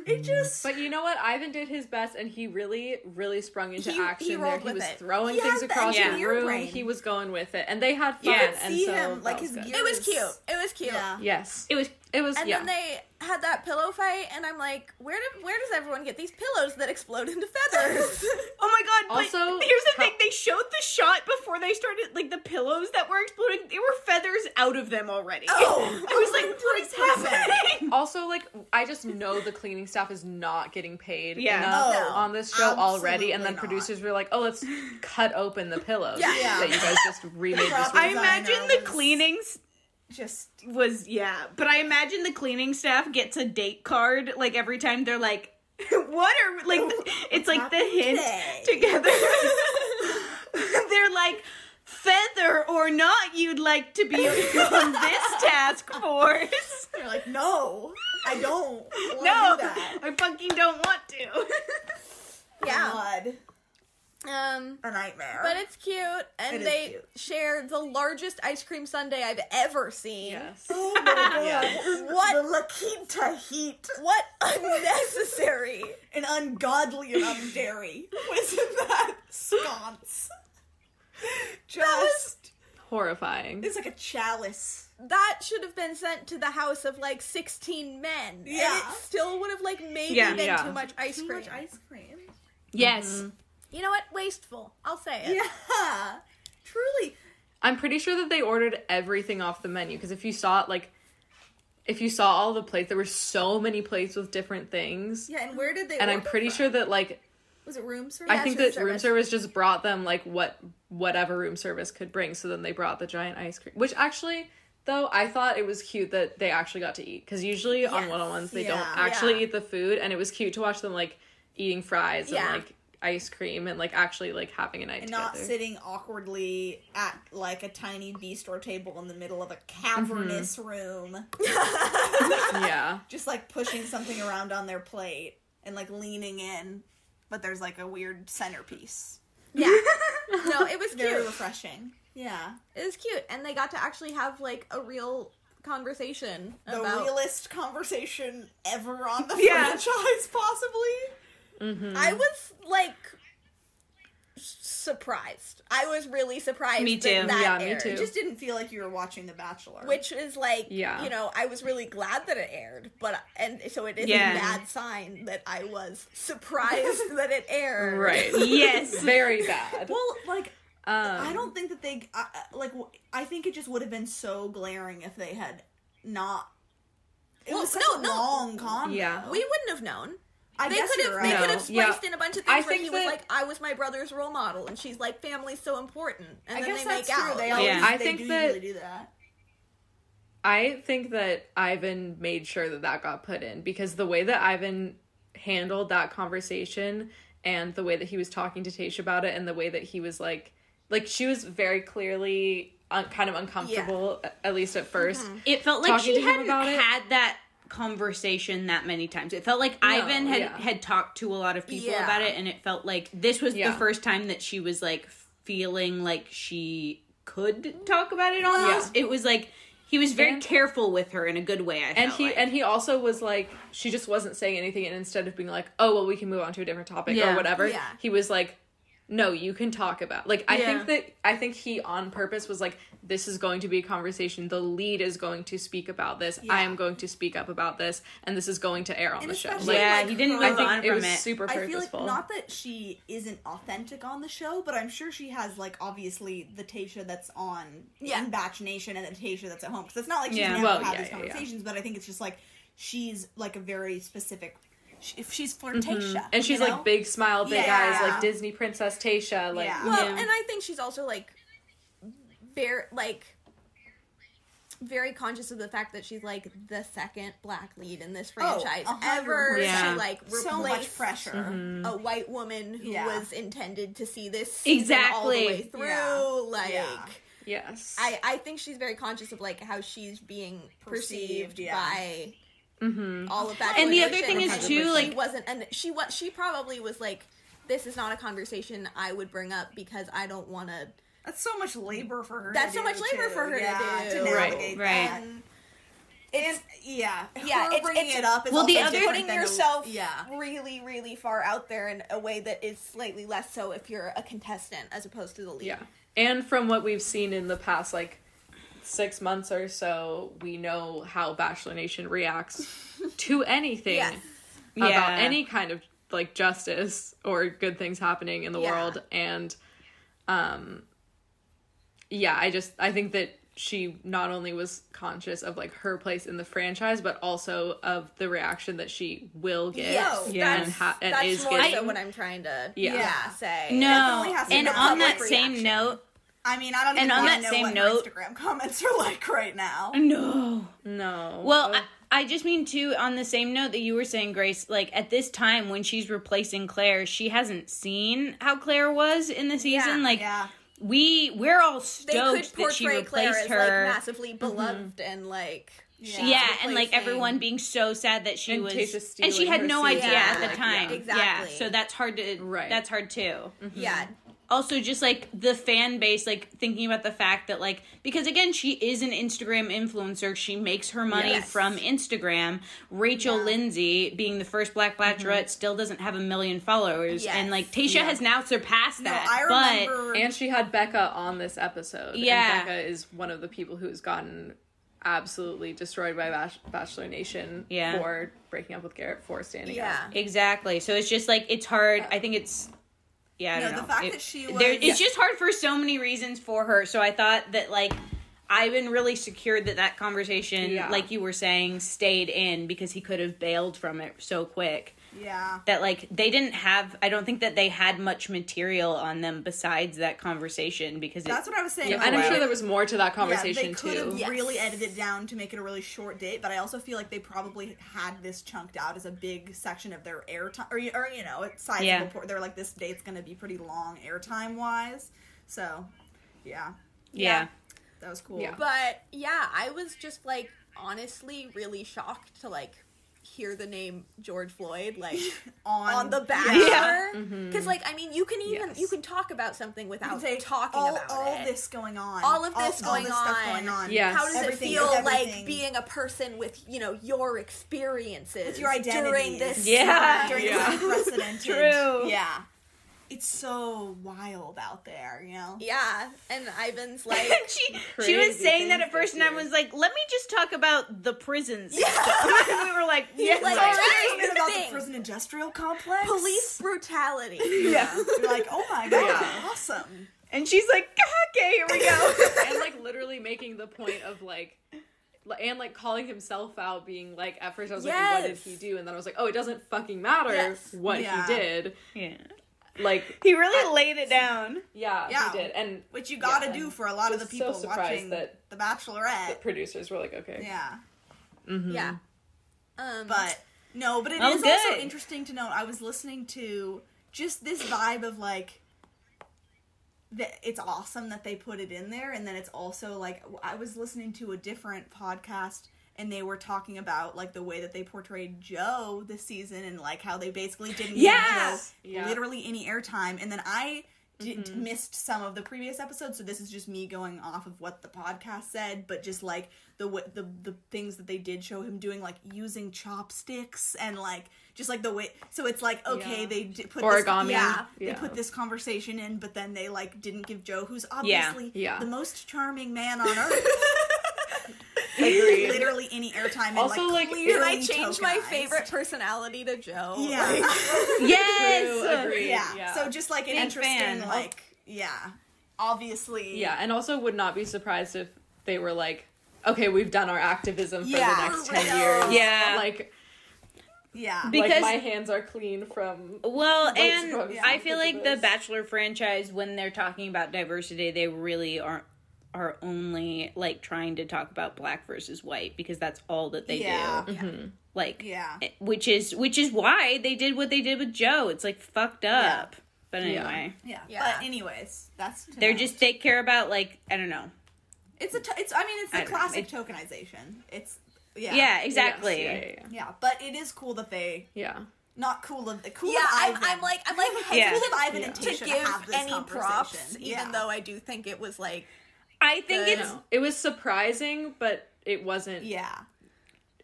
it just But you know what? Ivan did his best, and he really, really sprung into He- he action there. rolled He with was it. throwing He things had the across the engineer room. brain. He was going with it, and they had fun. Yeah. You could and see so him, that like was his good. gear. it was cute. It was cute. Yeah. Yes, it was it was. And yeah. then they had that pillow fight, and I'm like, where do, where does everyone get these pillows that explode into feathers? Oh my god! Also, but here's the pro- thing: they showed the shot before they started, like the pillows that were exploding. There were feathers out of them already. Oh, I was like, "What is happening?" also like I just know the cleaning staff is not getting paid Yeah. enough Oh, No, on this show already, and absolutely then not. producers were like, "Oh, let's cut open the pillows Yeah. Yeah. that you guys just remade this." Props. I week." imagine designer the was- cleanings just was yeah, but I imagine the cleaning staff gets a date card like every time they're like, "What are like?" It's like the hint today? together. they're like. Feather or not, you'd like to be on this task force. you're like, no, I don't. wanna No, do that. I fucking don't want to. yeah. God. Um, A nightmare. but it's cute, and It is they cute. share the largest ice cream sundae I've ever seen. Yes. oh my god. What? The La Quinta heat. What unnecessary! An ungodly amount of dairy was in that sconce. Just. Horrifying. It's like a chalice. that should have been sent to the house of like sixteen men. and Yeah. it still would have like maybe Yeah. been Yeah. too much ice Too cream. much ice cream. Yes. You know what? Wasteful. I'll say it. Yeah. Truly. I'm pretty sure that they ordered everything off the menu because if you saw it, like, if you saw all the plates, there were so many plates with different things. Yeah, and where did they And I'm order pretty from? sure that like Was it room service? I Yeah, think room that room service. service just brought them like what whatever room service could bring. So then they brought the giant ice cream, which actually though I thought it was cute that they actually got to eat because usually on Yes. one on ones they Yeah. don't actually Yeah. eat the food, and it was cute to watch them like eating fries Yeah. and like ice cream and like actually like having a night and together. not sitting awkwardly at like a tiny bistro table in the middle of a cavernous Mm-hmm. room, yeah, just like pushing something around on their plate and like leaning in, but there's like a weird centerpiece. Yeah. no, it was Very cute. refreshing. Yeah, It was cute, and they got to actually have like a real conversation the about. realest conversation ever on the Yeah. franchise, possibly. Hmm. I was like surprised. I was really surprised. Me that too. that Yeah, me aired. too. It just didn't feel like you were watching The Bachelor. Which is like, Yeah. you know, I was really glad that it aired, but and so it is Yeah. a bad sign that I was surprised that it aired. right. Yes. Very bad. well, like Um, I don't think that they I I- like. w- I think it just would have been so glaring if they had not. It Well, was such no, a no. long con. Yeah. We wouldn't have known. I They guess could have you're they right. could have No, yeah. spliced in a bunch of I things where think he was that- like, I was my brother's role model and she's like, Family's so important and I then guess they make that's true. out. They Like, always Yeah. I they think do that- usually do that. I think that Ivan made sure that that got put in because the way that Ivan handled that conversation and the way that he was talking to Taish about it and the way that he was like, like she was very clearly un- kind of uncomfortable, a- at least at 1st It felt like Talking she to him hadn't about it? had that conversation that many times. It felt like Ivan had yeah. had talked to a lot of people Yeah. about it, and it felt like this was Yeah. the first time that she was like feeling like she could talk about it. Almost, it was like he was very And- careful with her in a good way. I And felt he like. and he also was like, she just wasn't saying anything, and instead of being like, oh well, we can move on to a different topic Yeah. or whatever, Yeah. he was like, no, you can talk about. Like I Yeah. think that I think he on purpose was like, this is going to be a conversation. The lead is going to speak about this. I am going to speak up about this, and this is going to air on And the show. especially, Like, yeah, like, he didn't her- move I on think it from was it. super I feel like purposeful. not that she isn't authentic on the show, but I'm sure she has like obviously the Tasha that's on Yeah. in Batch Nation and the Tasha that's at home because it's not like she's Yeah. never Well, had yeah, these yeah, yeah. conversations, but I think it's just like she's like a very specific. she- If she's flirtatious, Mm-hmm. and she's you know? like big smile, big Yeah. eyes, like Disney princess Tasha. Like Yeah. Well, Yeah. and I think she's also like very like very conscious of the fact that she's like the second black lead in this Oh, franchise a hundred ever. percent. She like replaced so much pressure. Mm-hmm. a white woman who Yeah. was intended to see this season all the Exactly. way through. Yeah. Like Yeah. yes, I, I think she's very conscious of like how she's being perceived, Perceived, yeah. by all of that. Mm-hmm. And the other generation. thing is, And too, she like- wasn't and she was she probably was like, this is not a conversation I would bring up because I don't want to. That's so much labor for her. That's to so do, much labor too. for her to yeah, do. To Right, navigate right. that. And It's yeah, Yeah, Her it's- bringing it's- it up. Is Well, the also other- different putting than a- yourself yeah, really, really far out there in a way that is slightly less so if you're a contestant as opposed to the lead. Yeah. And from what we've seen in the past like six months or so, we know how Bachelor Nation reacts to anything Yes. about Yeah. any kind of like justice or good things happening in the Yeah. world. And um yeah, I just I think that she not only was conscious of like her place in the franchise, but also of the reaction that she will get Yes, Yeah. and, ha- and That's is more getting. so what I'm trying to Yeah. yeah, say. definitely no, has to and be a on that public same reaction. note, I mean, I And don't even on wanna that know same what note- her Instagram comments are like right now. no. no. Well, I, I just mean too. On the same note that you were saying, Grace, like at this time when she's replacing Claire, she hasn't seen how Claire was in the season. Yeah, like Yeah, we, we're all they could stoked that she portray Claire replaced as her. Mm-hmm. like massively beloved and like Yeah, and like replacing- everyone being so sad that she And was, Tasha and she stealing had her no scene, idea yeah, at the like, time. yeah. Yeah, Exactly. Mm-hmm. so that's hard to. Right. That's hard too. Yeah. Also, just like the fan base, like thinking about the fact that like because again, she is an Instagram influencer. She makes her money Yes. from Instagram. Rachel Lindsay, being the first Black Mm-hmm. Bachelorette, still doesn't have a million followers, and Yes. like Tasha has now surpassed No, that. I but, remember. And she had Becca on this episode. Yeah. And Becca is one of the people who's gotten absolutely destroyed by Bash- Bachelor Nation Yeah. for breaking up with Garrett for standing Yeah. up. Exactly. So it's just like it's hard. I think it's yeah. I No, don't the know. fact It- that she there, was- it's just hard for so many reasons for her. So I thought that like I've been really secured that that conversation, Yeah. like you were saying, stayed in because he could have bailed from it so quick. yeah. That like they didn't have. I don't think that they had much material on them besides that conversation because it, That's what I was saying. Yeah, like, and I'm they- sure there was more to that yeah, conversation they could too. have Yes. really edited it down to make it a really short date, but I also feel like they probably had this chunked out as a big section of their airtime, or, you- or you know, it's sizable. Yeah. Por- they're like, this date's going to be pretty long airtime wise. So, yeah, yeah. that was cool. Yeah. But yeah, I was just like honestly really shocked to like hear the name George Floyd like On, on the back Yeah. Cuz like I mean, you can even Yes. you can talk about something without Mm-hmm. Say, talking all, about all it. this going on, All of this going stuff on. going on. Yes. How does it Everything is feel everything. like being a person with, you know, your experiences With your identity. during this Yeah. during this Yeah. unprecedented? True. Yeah. It's so wild out there, you know. Yeah. And Ivan's like And she she was Crazy saying that things at first, and this I year. was like, "Let me just talk about the prisons." and we were like, "Yes, like, all "That's right." the Even about thing. the prison Mm-hmm. industrial complex, police brutality. Yeah. You're like, oh my god, Yeah. awesome. And she's like, okay, here we go. and like literally making the point of like li- and like calling himself out being like at first i was like what did Yes. he do and then i was like oh it doesn't fucking matter Yes. what Yeah. he did yeah. like He really laid it down. yeah, Yeah. he did and Which you gotta Yeah. do for a lot of the Just so people surprised watching that- The the Bachelorette. producers were like okay yeah, Yeah. Um but no, but it is Oh, also good. interesting to note. I was listening to just this vibe of like. That it's awesome that they put it in there, and then it's also like I was listening to a different podcast, and they were talking about like the way that they portrayed Joe this season, and like how they basically didn't give Yeah. Joe Yeah. literally any airtime. And then I d- Mm-hmm. missed some of the previous episodes, so this is just me going off of what the podcast said, but just like the w- the the things that they did show him doing, like using chopsticks and like just like the way. So it's like okay, Yeah. they d- put Origami. This, yeah, they Yeah. put this conversation in, but then they like didn't give Joe, who's obviously Yeah. the most charming man on earth. Agreed. Literally any airtime. Also, and, like, like, clearly Can I change my tokenized. favorite personality to Joe? Yeah. True, Yes. agreed. yeah. yeah. So just like an Big interesting, fan. like yeah, obviously, yeah and also would not be surprised if they were like okay we've done our activism for Yeah. the next For 10 real. years Yeah. like yeah, Be- like Because- my hands are clean from Well, supposed and to I feel be like the this. Bachelor franchise, when they're talking about diversity, they really aren't are only like trying to talk about black versus white because that's all that they yeah, do. Like, yeah. Mm-hmm. it- which is which is why they did what they did with Joe. It's like fucked up. But Yeah. anyway, yeah, Yeah. But anyways, that's to they're know. just they care about like I don't know. it's a t- it's I mean it's I the don't know. classic tokenization. It's yeah, Yeah, exactly. Ah, Yes, yeah, yeah, yeah. But it is cool that they yeah. Yeah. not cool of cool. Yeah, of I'm, Ivan. I'm like I'm like Yeah. cool of Ivan Yeah. and hesitant to Tisha to have give this any props, conversation. even Yeah. though I do think it was like I think Good. it's No. it was surprising but it wasn't yeah,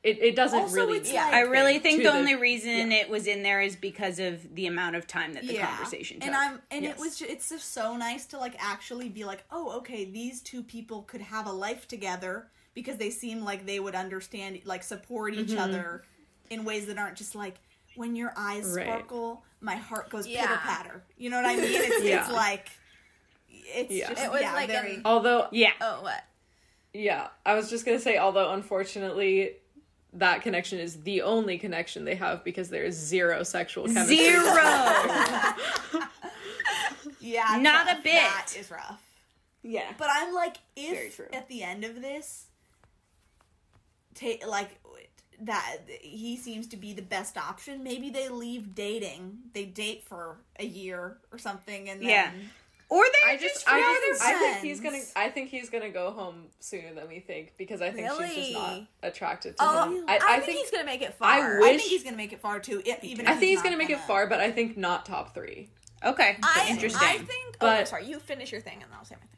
it, it doesn't Also, really it's Yeah, I really think to the the- only reason it was in there is because of the amount of time that the conversation took. And I'm and Yes. it was ju- it's just so nice to like actually be like, "Oh, okay, these two people could have a life together because they seem like they would understand like support each Mm-hmm. other in ways that aren't just like when your eyes Right. sparkle, my heart goes Yeah. pitter-patter." You know what I mean? It's, Yeah. it's like it's Yeah. just It was yeah, like very an- although uh, yeah. oh what yeah i was just gonna say although unfortunately that connection is the only connection they have because there is zero sexual chemistry Zero. yeah, it's Not rough. a bit. That is rough. yeah. But I'm like, Very if true. at the end of this, ta- like w- that he seems to be the best option, Um, maybe they leave dating. They date for a year or something, and then Yeah. Or they're I just, just, I for just, I think friends. he's gonna, I think he's gonna go home sooner than we think because I think she's just not Really? attracted to Oh, him. I, think, he's gonna make it I far. would- I think Wish- he's gonna make it far too. i- Even I if think he's not gonna make it far, but I think not top three. Okay. I, interesting. I think. oh, I'm But- sorry. You finish your thing, and then I'll say my thing.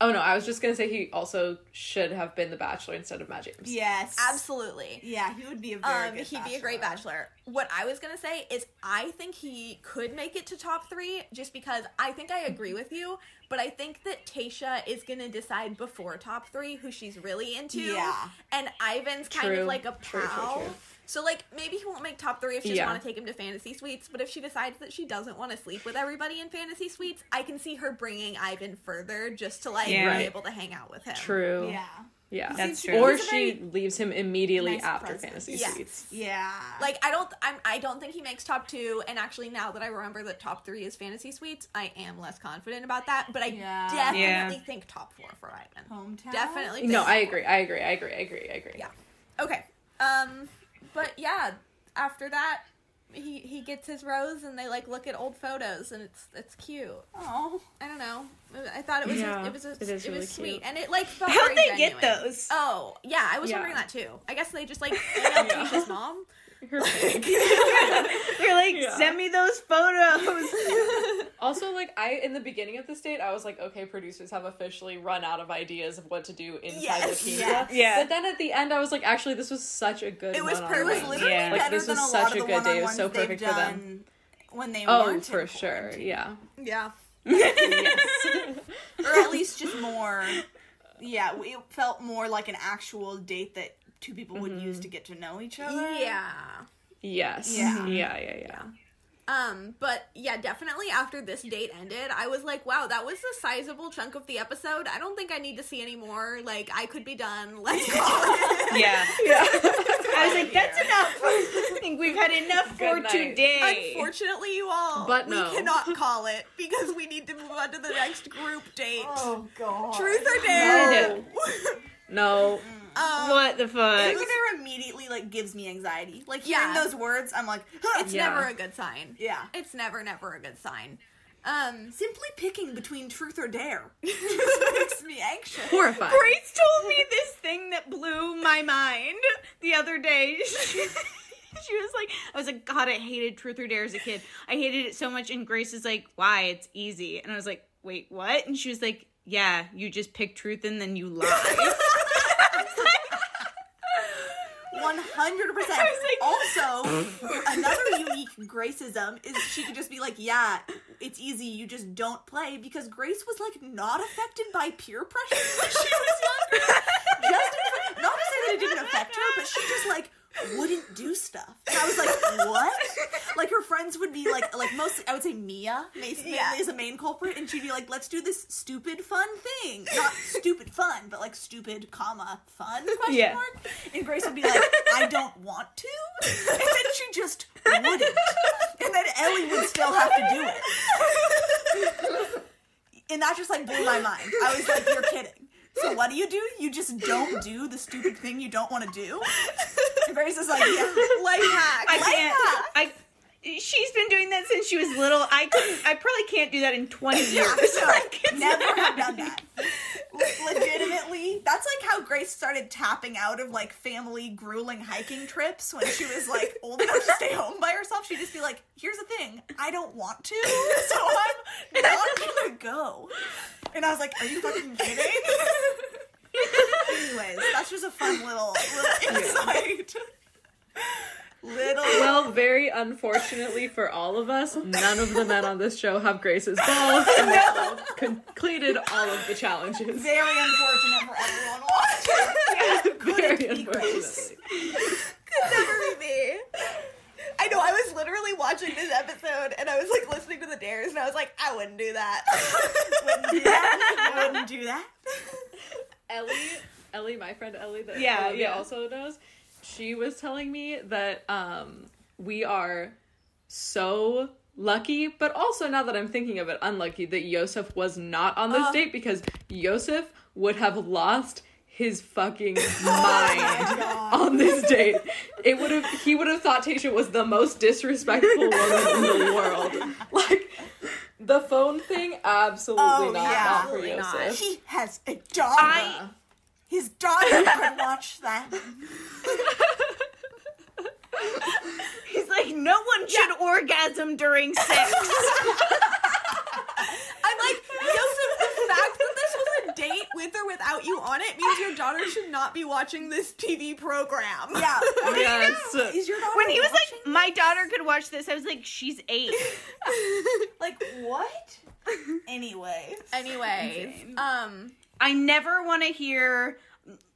Oh no, I was just gonna say he also should have been the Bachelor instead of Matt James. Yes, Absolutely. Yeah, he would be a very Um, good. he'd be a great bachelor. What I was gonna say is, I think he could make it to top three, just because I think I agree with you. But I think that Tasha is gonna decide before top three who she's really into. Yeah. And Ivan's kind True. of like a True, true, pal. true. So like maybe he won't make top three if she Yeah. doesn't want to take him to fantasy suites. But if she decides that she doesn't want to sleep with everybody in fantasy suites, I can see her bringing Ivan further just to like Yeah. be Right. able to hang out with him. True. Yeah, Yeah. That's He's- true. or he's a she leaves him immediately nice after presence. fantasy Yeah. suites. yeah. Like I don't, I'm, I don't think he makes top two. And actually, now that I remember that top three is fantasy suites, I am less confident about that. But I Yeah. definitely Yeah. think top four for Ivan. hometown. Definitely. think- Oh, No, I agree. I agree. I agree. I agree. I agree. Yeah. Okay. Um. But yeah, after that, he he gets his rose, and they like look at old photos, and it's it's cute. Oh, I don't know. I thought it was Yeah, a, it was a, it it, is really was sweet, cute. and it like felt How'd very they get genuine. those? Oh yeah, I was Yeah. wondering that too. I guess they just like emailed Yeah. Tisha's mom. They're like, Yeah. send me those photos. Also, like I in the beginning of this date, I was like, okay, producers have officially run out of ideas of what to do inside Yes. the pizza. Yes. Yeah. But then at the end, I was like, actually, this was such a good. It was one-on-one. perfect. It was literally Yeah. better Like, this than was a such a good day. It was so one-on-ones they've perfect for them. done When they Oh, weren't for in sure. quarantine. Yeah. yeah. Yes. or at least just more. Yeah, it felt more like an actual date that two people would use to get to know each other. Yeah. yes. Yeah. Yeah. Yeah. Yeah. Um, but yeah, definitely after this date ended, I was like, wow, that was a sizable chunk of the episode. I don't think I need to see any more. Like, I could be done. Let's call it. yeah. I was like, that's Yeah. enough. I think we've had enough for Good night. today. Unfortunately, you all, But we no. cannot call it because we need to move on to the next group date. Oh god. Truth or dare? No. No. Um, what the fuck? Truth immediately like gives me anxiety. Like Yeah. hearing those words, I'm like, It's Yeah. never a good sign. yeah. It's never, never a good sign. Um, Simply picking between truth or dare just makes me anxious. Horrifying. Grace told me this thing that blew my mind the other day. She, she was like, I was like, God, I hated Truth or Dare as a kid. I hated it so much. And Grace is like, Why? It's easy. And I was like, Wait, what? And she was like, Yeah, you just pick truth and then you lie. One hundred percent. Also, another unique Graceism is she could just be like, "Yeah, it's easy. You just don't play." Because Grace was like not affected by peer pressure when she was younger. just not to say that it didn't affect her, but she just like wouldn't do stuff. And I was like, "What?" Like her friends would be like, like most I would say Mia Mason Yeah. is a main culprit, and she'd be like, "Let's do this stupid fun thing. Not stupid fun, but like stupid comma fun question Yeah. mark." And Grace would be like, I don't want to. And then she just wouldn't. And then Ellie would still have to do it. And that just like blew my mind. I was like, you're kidding. So what do you do? You just don't do the stupid thing you don't want to do? And Grace is like, yeah, life hack. I can't. I. She's been doing that since she was little. I couldn't. I probably can't do that in twenty years. Like, it's never not have done happening. that. Le- legitimately, that's like how Grace started tapping out of like family grueling hiking trips when she was like old enough to stay home by herself. She'd just be like, "Here's the thing, I don't want to, so I'm not gonna go." And I was like, "Are you fucking kidding?" Anyways, that's just a fun little little insight. Little Well, very unfortunately for all of us, none of the men on this show have Grace's balls, and they all completed all of the challenges. very unfortunate for everyone watching. very be Grace. unfortunately. never be me. I know. I was literally watching this episode, and I was like listening to the dares, and I was like, I wouldn't do that. Wouldn't do that. Wouldn't do that. Ellie, Ellie, my friend Ellie, that Yeah, yeah, yeah. also knows. She was telling me that um, we are so lucky, but also now that I'm thinking of it, unlucky that Yosef was not on this date because Yosef would have lost his fucking mind on this date. It would have he would have thought Tasha was the most disrespectful woman in the world. Like The phone thing, absolutely Oh, not. yeah, not for absolutely not. Yosef. He has a daughter. I- His daughter could watch that. He's like, no one should orgasm during sex. I'm like, Joseph, the fact that this was a date with or without you on it means your daughter should not be watching this TV program. Yeah. Yes. Is your daughter when he was watching? like, my daughter could watch this, I was like, she's eight. like what? anyway. Anyways, um, I never want to hear.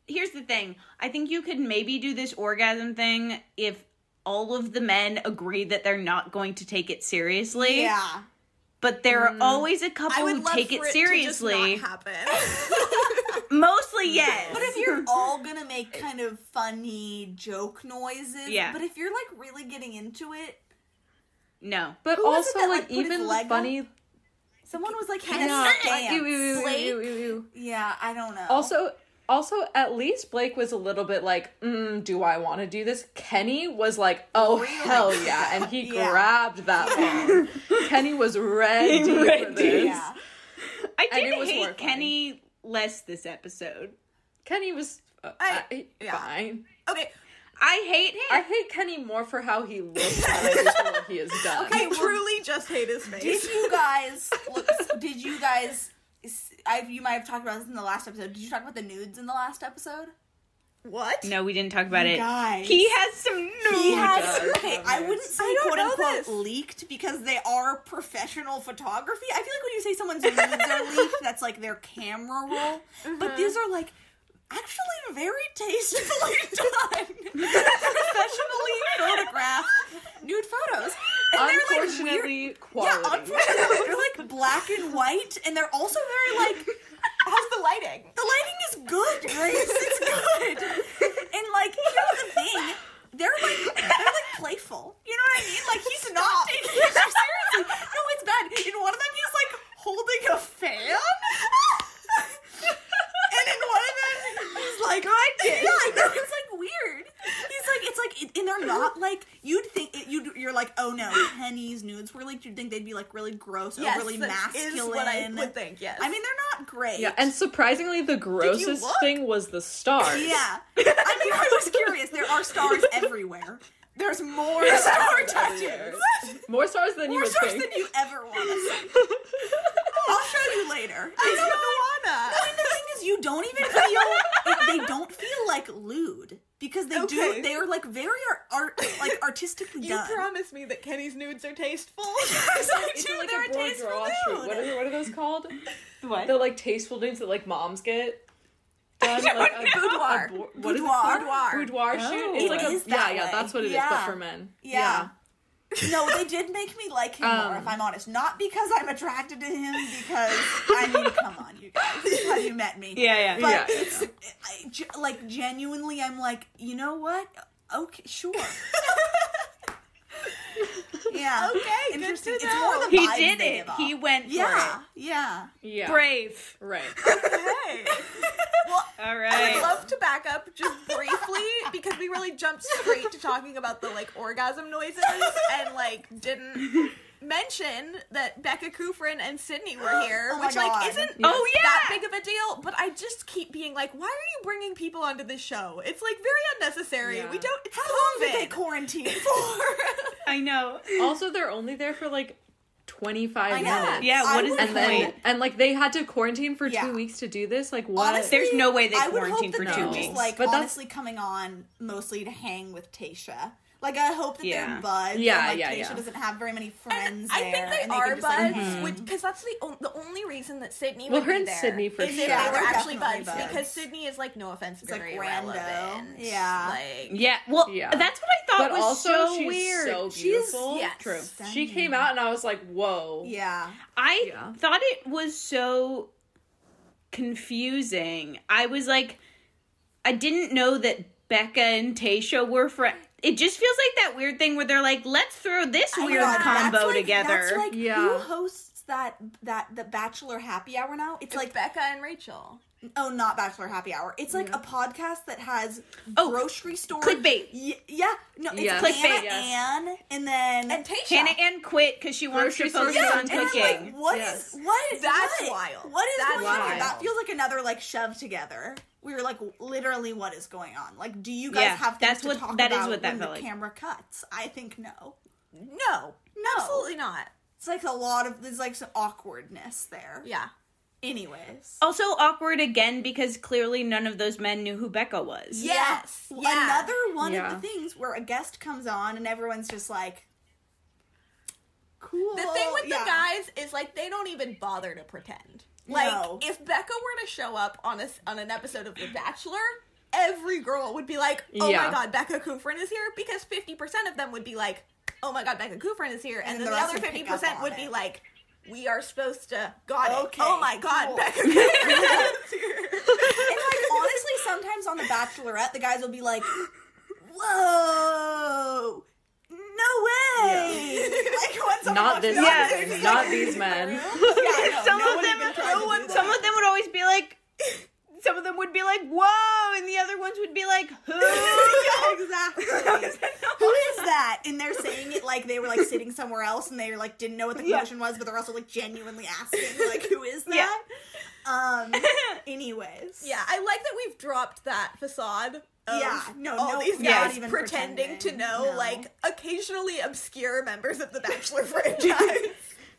Here's the thing. I think you could maybe do this orgasm thing if all of the men agree that they're not going to take it seriously. Yeah. But there are always a I couple would who love take for it it seriously. To just not Oh, happen. Mostly yes. But if you're all gonna make kind of funny joke noises, Yeah. but if you're like really getting into it, no. But Who was it also, that, like, like, put his even leg up? funny. someone was like, Yeah. kind like, of dance. ew, ew, ew, Blake? ew, ew, ew. Yeah, I don't know. Also, also, at least Blake was a little bit like, mm, "Do I want to do this?" Kenny was like, "Oh hell yeah!" and he Yeah. grabbed that phone. Kenny was ready, for ready. this. yeah. I and did it was hate horrifying. Kenny less this episode. Kenny was uh, I- I- yeah. fine. okay, I hate him. I hate Kenny more for how he looks than I do for what he has done. I truly just hate his Did face. you guys? look, did you guys? I you might have talked about this in the last episode. Did you talk about the nudes in the last episode? What? no, we didn't talk about it. guys. He has some nudes. He has does have okay. I wouldn't say Oh I don't quote know unquote this. leaked because they are professional photography. I feel like when you say someone's nudes are leaked, that's like their camera roll. Mm-hmm. But these are like actually very tastefully done, professionally photographed nude photos. And they're like weird. Unfortunately, Yeah, quality. unfortunately, they're like black and white, and they're also very like How's the lighting? the lighting is good, Grace. It's good. And like, here's the thing. They're like they're like playful. You know what I mean? Like he's not taking it seriously. No, it's bad. In one of them he's like holding a fan. and in one of them he's like Yeah, I know it's like weird. He's like it's like it- and they're not like you'd think it, you'd you're like, oh no, Penny's nudes were like you'd think they'd be like really gross, Yes, overly that is masculine. what I would think. Yes. I mean they're not great. Yeah, and surprisingly, the grossest look? thing was the stars. Yeah. I mean, I was curious. There are stars everywhere. There's more star tattoos. More stars than you More would stars think. than you ever want to see. I'll show you later. I I don't wanna. mean, the thing is, you don't even feel. They don't feel like lewd because they Okay. do. They are like very art, like artistically You done. promise me that Kenny's nudes are tasteful. It's It's like like they're a broad tasteful draw shoot. nude. What are, what are those called? What? They're like tasteful dudes that like moms get. Done, like, a, Boudoir. A, bo- what is it Boudoir. called? Boudoir. Boudoir Oh. shoot. It's It like a, is yeah, that yeah, way. that's what it is, but Yeah. for men. Yeah. no, they did make me like him more, Um. if I'm honest. Not because I'm attracted to him, because I mean, come on, you guys, have you met me? yeah, yeah. But Yeah, yeah, it's I ge- like genuinely, I'm like, you know what? Okay, sure. yeah. Okay, good Interesting. to It's know. more the he vibes did it. they give off. He went Yeah. for Yeah. Yeah. it. Brave. Right. Okay. All I would right. love to back up just briefly because we really jumped straight to talking about the like orgasm noises and like didn't mention that Becca Kufrin and Sydney were here, Oh my which like God. isn't Oh, that yeah. big of a deal. But I just keep being like, why are you bringing people onto this show? It's like very unnecessary. Yeah. We don't. It's How long did they COVID. quarantine for? I know. Also, they're only there for like 25 I know. minutes. Yeah, I what is would the And then, point? and like they had to quarantine for Yeah. two weeks to do this. Like what? Honestly, There's no way they I would hope quarantined that for they're two just, weeks. Like, But that's- honestly, coming on mostly to hang with Tasha. Like, I hope that Yeah. they're buds. Yeah, and, like, yeah, Tasha yeah. Hmm. doesn't have very many friends And I there. think they and are can just, "Hmm." like, buds, which because that's the on- the only reason that Sydney Well, would her be and there. Sydney for is if sure. they Yeah, were they're actually definitely buds, buds. because Sydney is like no offense, like, very rando. relevant. Yeah. like yeah. Well, Yeah. that's what I thought but was also so she's weird. so She's- beautiful. yes. True. She came out and I was like, whoa. Yeah. Oh I Yeah. thought it was so confusing. I was like, I didn't know that Becca and Tasha were friends. It just feels like that weird thing where they're like, let's throw this Oh my weird God, combo that's like- together. That's like Yeah. who hosts that that the Bachelor Happy Hour now? It's like Becca and Rachel. oh, not Bachelor Happy Hour. It's like a podcast that has Oh, grocery store clickbait. Y- yeah, no, it's Yes. Clickbait, Hannah yes. Ann, and then And Tasha. Hannah Ann quit because she wants to Grocery store focus on Yeah, and I'm cooking. like, what is Yes. what? That's what- wild. What is That's going on? here? wild. That feels like another like shove together. We were like, literally, what is going on? Like, do you guys Yeah, have things that's to what- talk that is about what that when the felt like. camera cuts? I think no. No, No. absolutely not. It's like a lot of there's like some awkwardness there. Yeah, Anyways. Also awkward again because clearly none of those men knew who Becca was. Yes. Well, Yeah. Another one Yeah. of the things where a guest comes on and everyone's just like, cool. the thing with Yeah. the guys is like they don't even bother to pretend. Like No. if Becca were to show up on a s- on an episode of The Bachelor, every girl would be like, "Oh Yeah. my god, Becca Kufrin is here," because fifty percent of them would be like, "Oh my god, Becca Kufrin is here," and, then then the, the rest other would fifty pick up percent on would it. be like, "We are supposed to got Okay, it." Oh my god, cool. Becca Kufrin is here. And like honestly, sometimes on The Bachelorette, the guys will be like, whoa. No way! Like when someone Not walks this in, Yeah. they're just not like- these men. Yeah, no, some no of one them, even tried to do that. some of them would always be like, some of them would be like, "Whoa," and the other ones would be like, "Who?" yeah, exactly. Who is that? And they're saying it like they were like sitting somewhere else and they like didn't know what the question was, but they're also like genuinely asking like who is Yeah. that? Um anyways. Yeah, I like that we've dropped that facade. Of Yeah, no, all no, these yeah, guys not even pretending, to pretending, know no. like occasionally obscure members of the Bachelor franchise.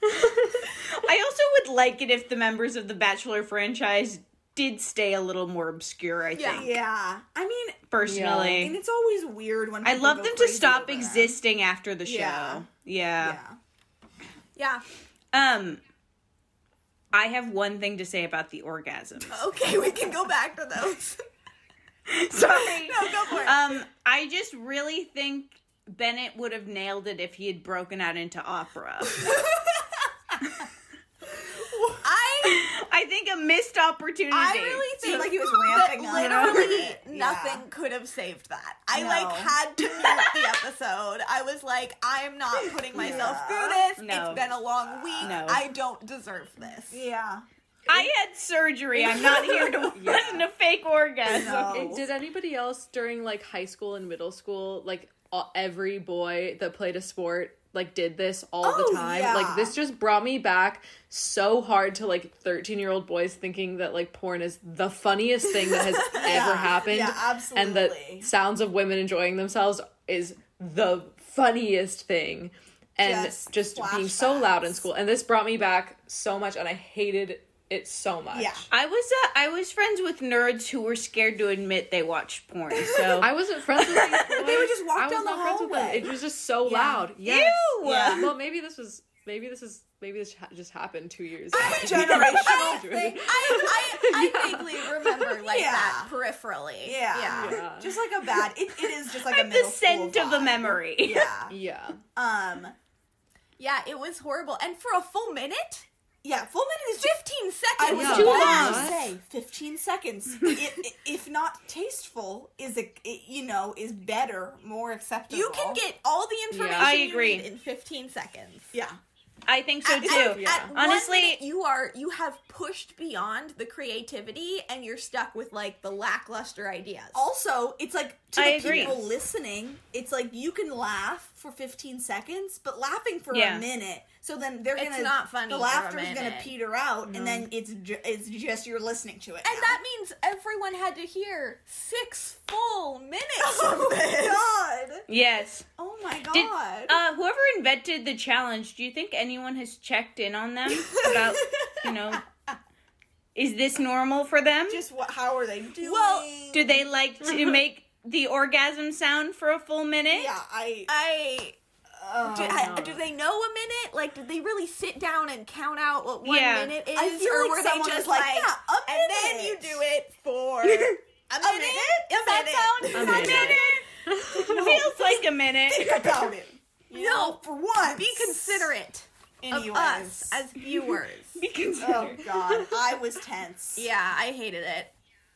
I also would like it if the members of the Bachelor franchise did stay a little more obscure. I Yeah. think Yeah. I mean personally, and it's always weird when I people love go them to crazy stop over them. existing after the show. Yeah. Yeah. Yeah. yeah. Um, I have one thing to say about the orgasms. Okay, we can go back to those. Sorry. no, go for it. Um, I just really think Bennett would have nailed it if he had broken out into opera. I I think a missed opportunity. I really think Seemed like he was that ramping up. literally Yeah. nothing could have saved that. I No. like had to mute the episode. I was like, I am not putting myself through this. No. It's been a long week. No. I don't deserve this. Yeah. I had surgery. I'm not here to listen to fake orgasm. No. It- Did anybody else during like high school and middle school, like all, every boy that played a sport, like did this all Oh, the time? yeah. Like this just brought me back so hard to like 13 year old boys thinking that like porn is the funniest thing that has ever happened. yeah, And that absolutely. sounds of women enjoying themselves is the funniest thing. And Just just, being so loud in flashbacks. school. And this brought me back so much and I hated it so much. Yeah. I was uh, I was friends with nerds who were scared to admit they watched porn. So I wasn't friends with these boys. They would just walk I was down the not friends with them. hallway. It was just so Yeah. loud. Yes. Ew! Yeah. Well, maybe this was. Maybe this is. Maybe this ha- just happened two years. after we Generational graduated. thing. I, I, I vaguely remember like Yeah. that peripherally. Yeah. Yeah. Just like a bad it, it is just like a the middle school scent of a vibe. memory. Yeah. Yeah. Um Yeah, it was horrible. And for a full minute? yeah, full minute is just 15 seconds. I was Yeah. too Too long. long. say 15 seconds. I- i- if not tasteful, is a i- you know is better, more acceptable. You can get all the information I agree. you need in 15 seconds. yeah, I think so too. At- Yeah. at one Honestly- minute, you are you have pushed beyond the creativity, and you're stuck with like the lackluster ideas. also it's like to I the agree. people listening it's like you can laugh for 15 seconds but laughing for Yeah. a minute so then they're It's gonna not funny the for a laughter's gonna minute. peter out and Mm-hmm. then it's ju- it's just you're listening to it and now. that means everyone had to hear six full minutes. of oh this. my god Yes. oh my Did, god um, uh, whoever invented the challenge, do you think anyone has checked in on them about, you know, is this normal for them? just what how are they doing Well, do they like to make the orgasm sound for a full minute? yeah i I uh, do, I- do they know a minute? Like, did they really sit down and count out what one Yeah. minute is, I feel or like were they someone just was like, yeah, a and then you minute." do it for a minute? Does that minute. sound? A minute. Feels like a minute. think about it No, for once be considerate Anyways. of us as viewers. Oh, Because- oh god i was tense yeah, I hated it.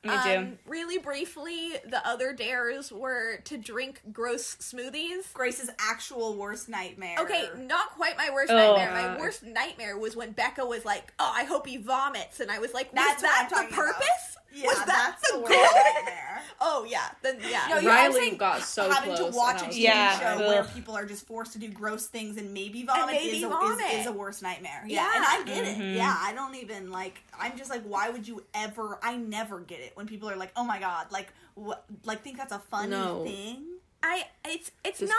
Um, Me too. really briefly, the other dares were to drink gross smoothies. Grace's actual worst nightmare. Okay, not quite my worst Oh, nightmare. My God. worst nightmare was when Becca was like, "Oh, I hope he vomits," and I was like, "Was That's what that I'm the talking about. purpose? Yeah, was that that's the the worst goal?" nightmare. Oh yeah, then yeah. No, you- know, I'm Riley saying got so Having close. Oh. to watch a and I was TV Yeah. terrified. show where Ugh. people are just forced to do gross things and maybe vomit, maybe is, a, vomit. Is, is a worse nightmare. Yeah, Yeah. and I get Mm-hmm. it. Yeah, I don't even like. I'm just like, why would you ever? I never get it when people are like, oh my god, like what? Like think that's a funny No. thing. I it's it's not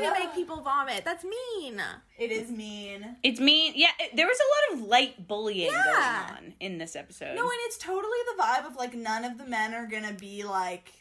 funny to make people vomit. That's mean. It is mean. It's mean. Yeah, it- there was a lot of light bullying Yeah. going on in this episode. No, and it's totally the vibe of like none of the men are gonna be like,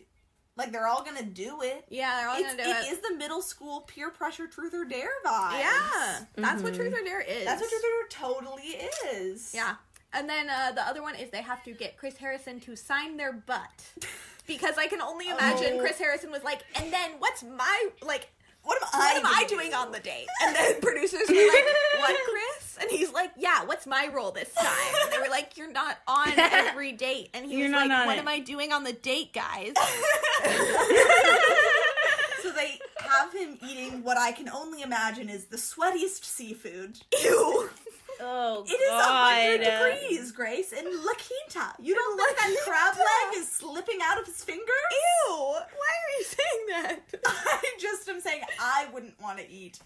like they're all gonna do it. Yeah, they're all It's, gonna do it. it is the middle school peer pressure truth or dare vibe. yeah, that's Mm-hmm. what truth or dare is. that's what truth or totally is. Yeah, and then uh, the other one is they have to get Chris Harrison to sign their butt because I can only imagine Oh. Chris Harrison was like, "And then what's my like?" What am what I? am I doing on the date? And then producers were like, what, Chris? And he's like, yeah, what's my role this time? And they were like, you're not on every date. And he You're was not like, on what it. am I doing on the date, guys? So they have him eating what I can only imagine is the sweatiest seafood. Ew. oh It is a hundred degrees, Grace, in La Quinta. You don't think that crab leg is slipping out of his finger? Ew. Why are you saying that? I just am saying I wouldn't want to eat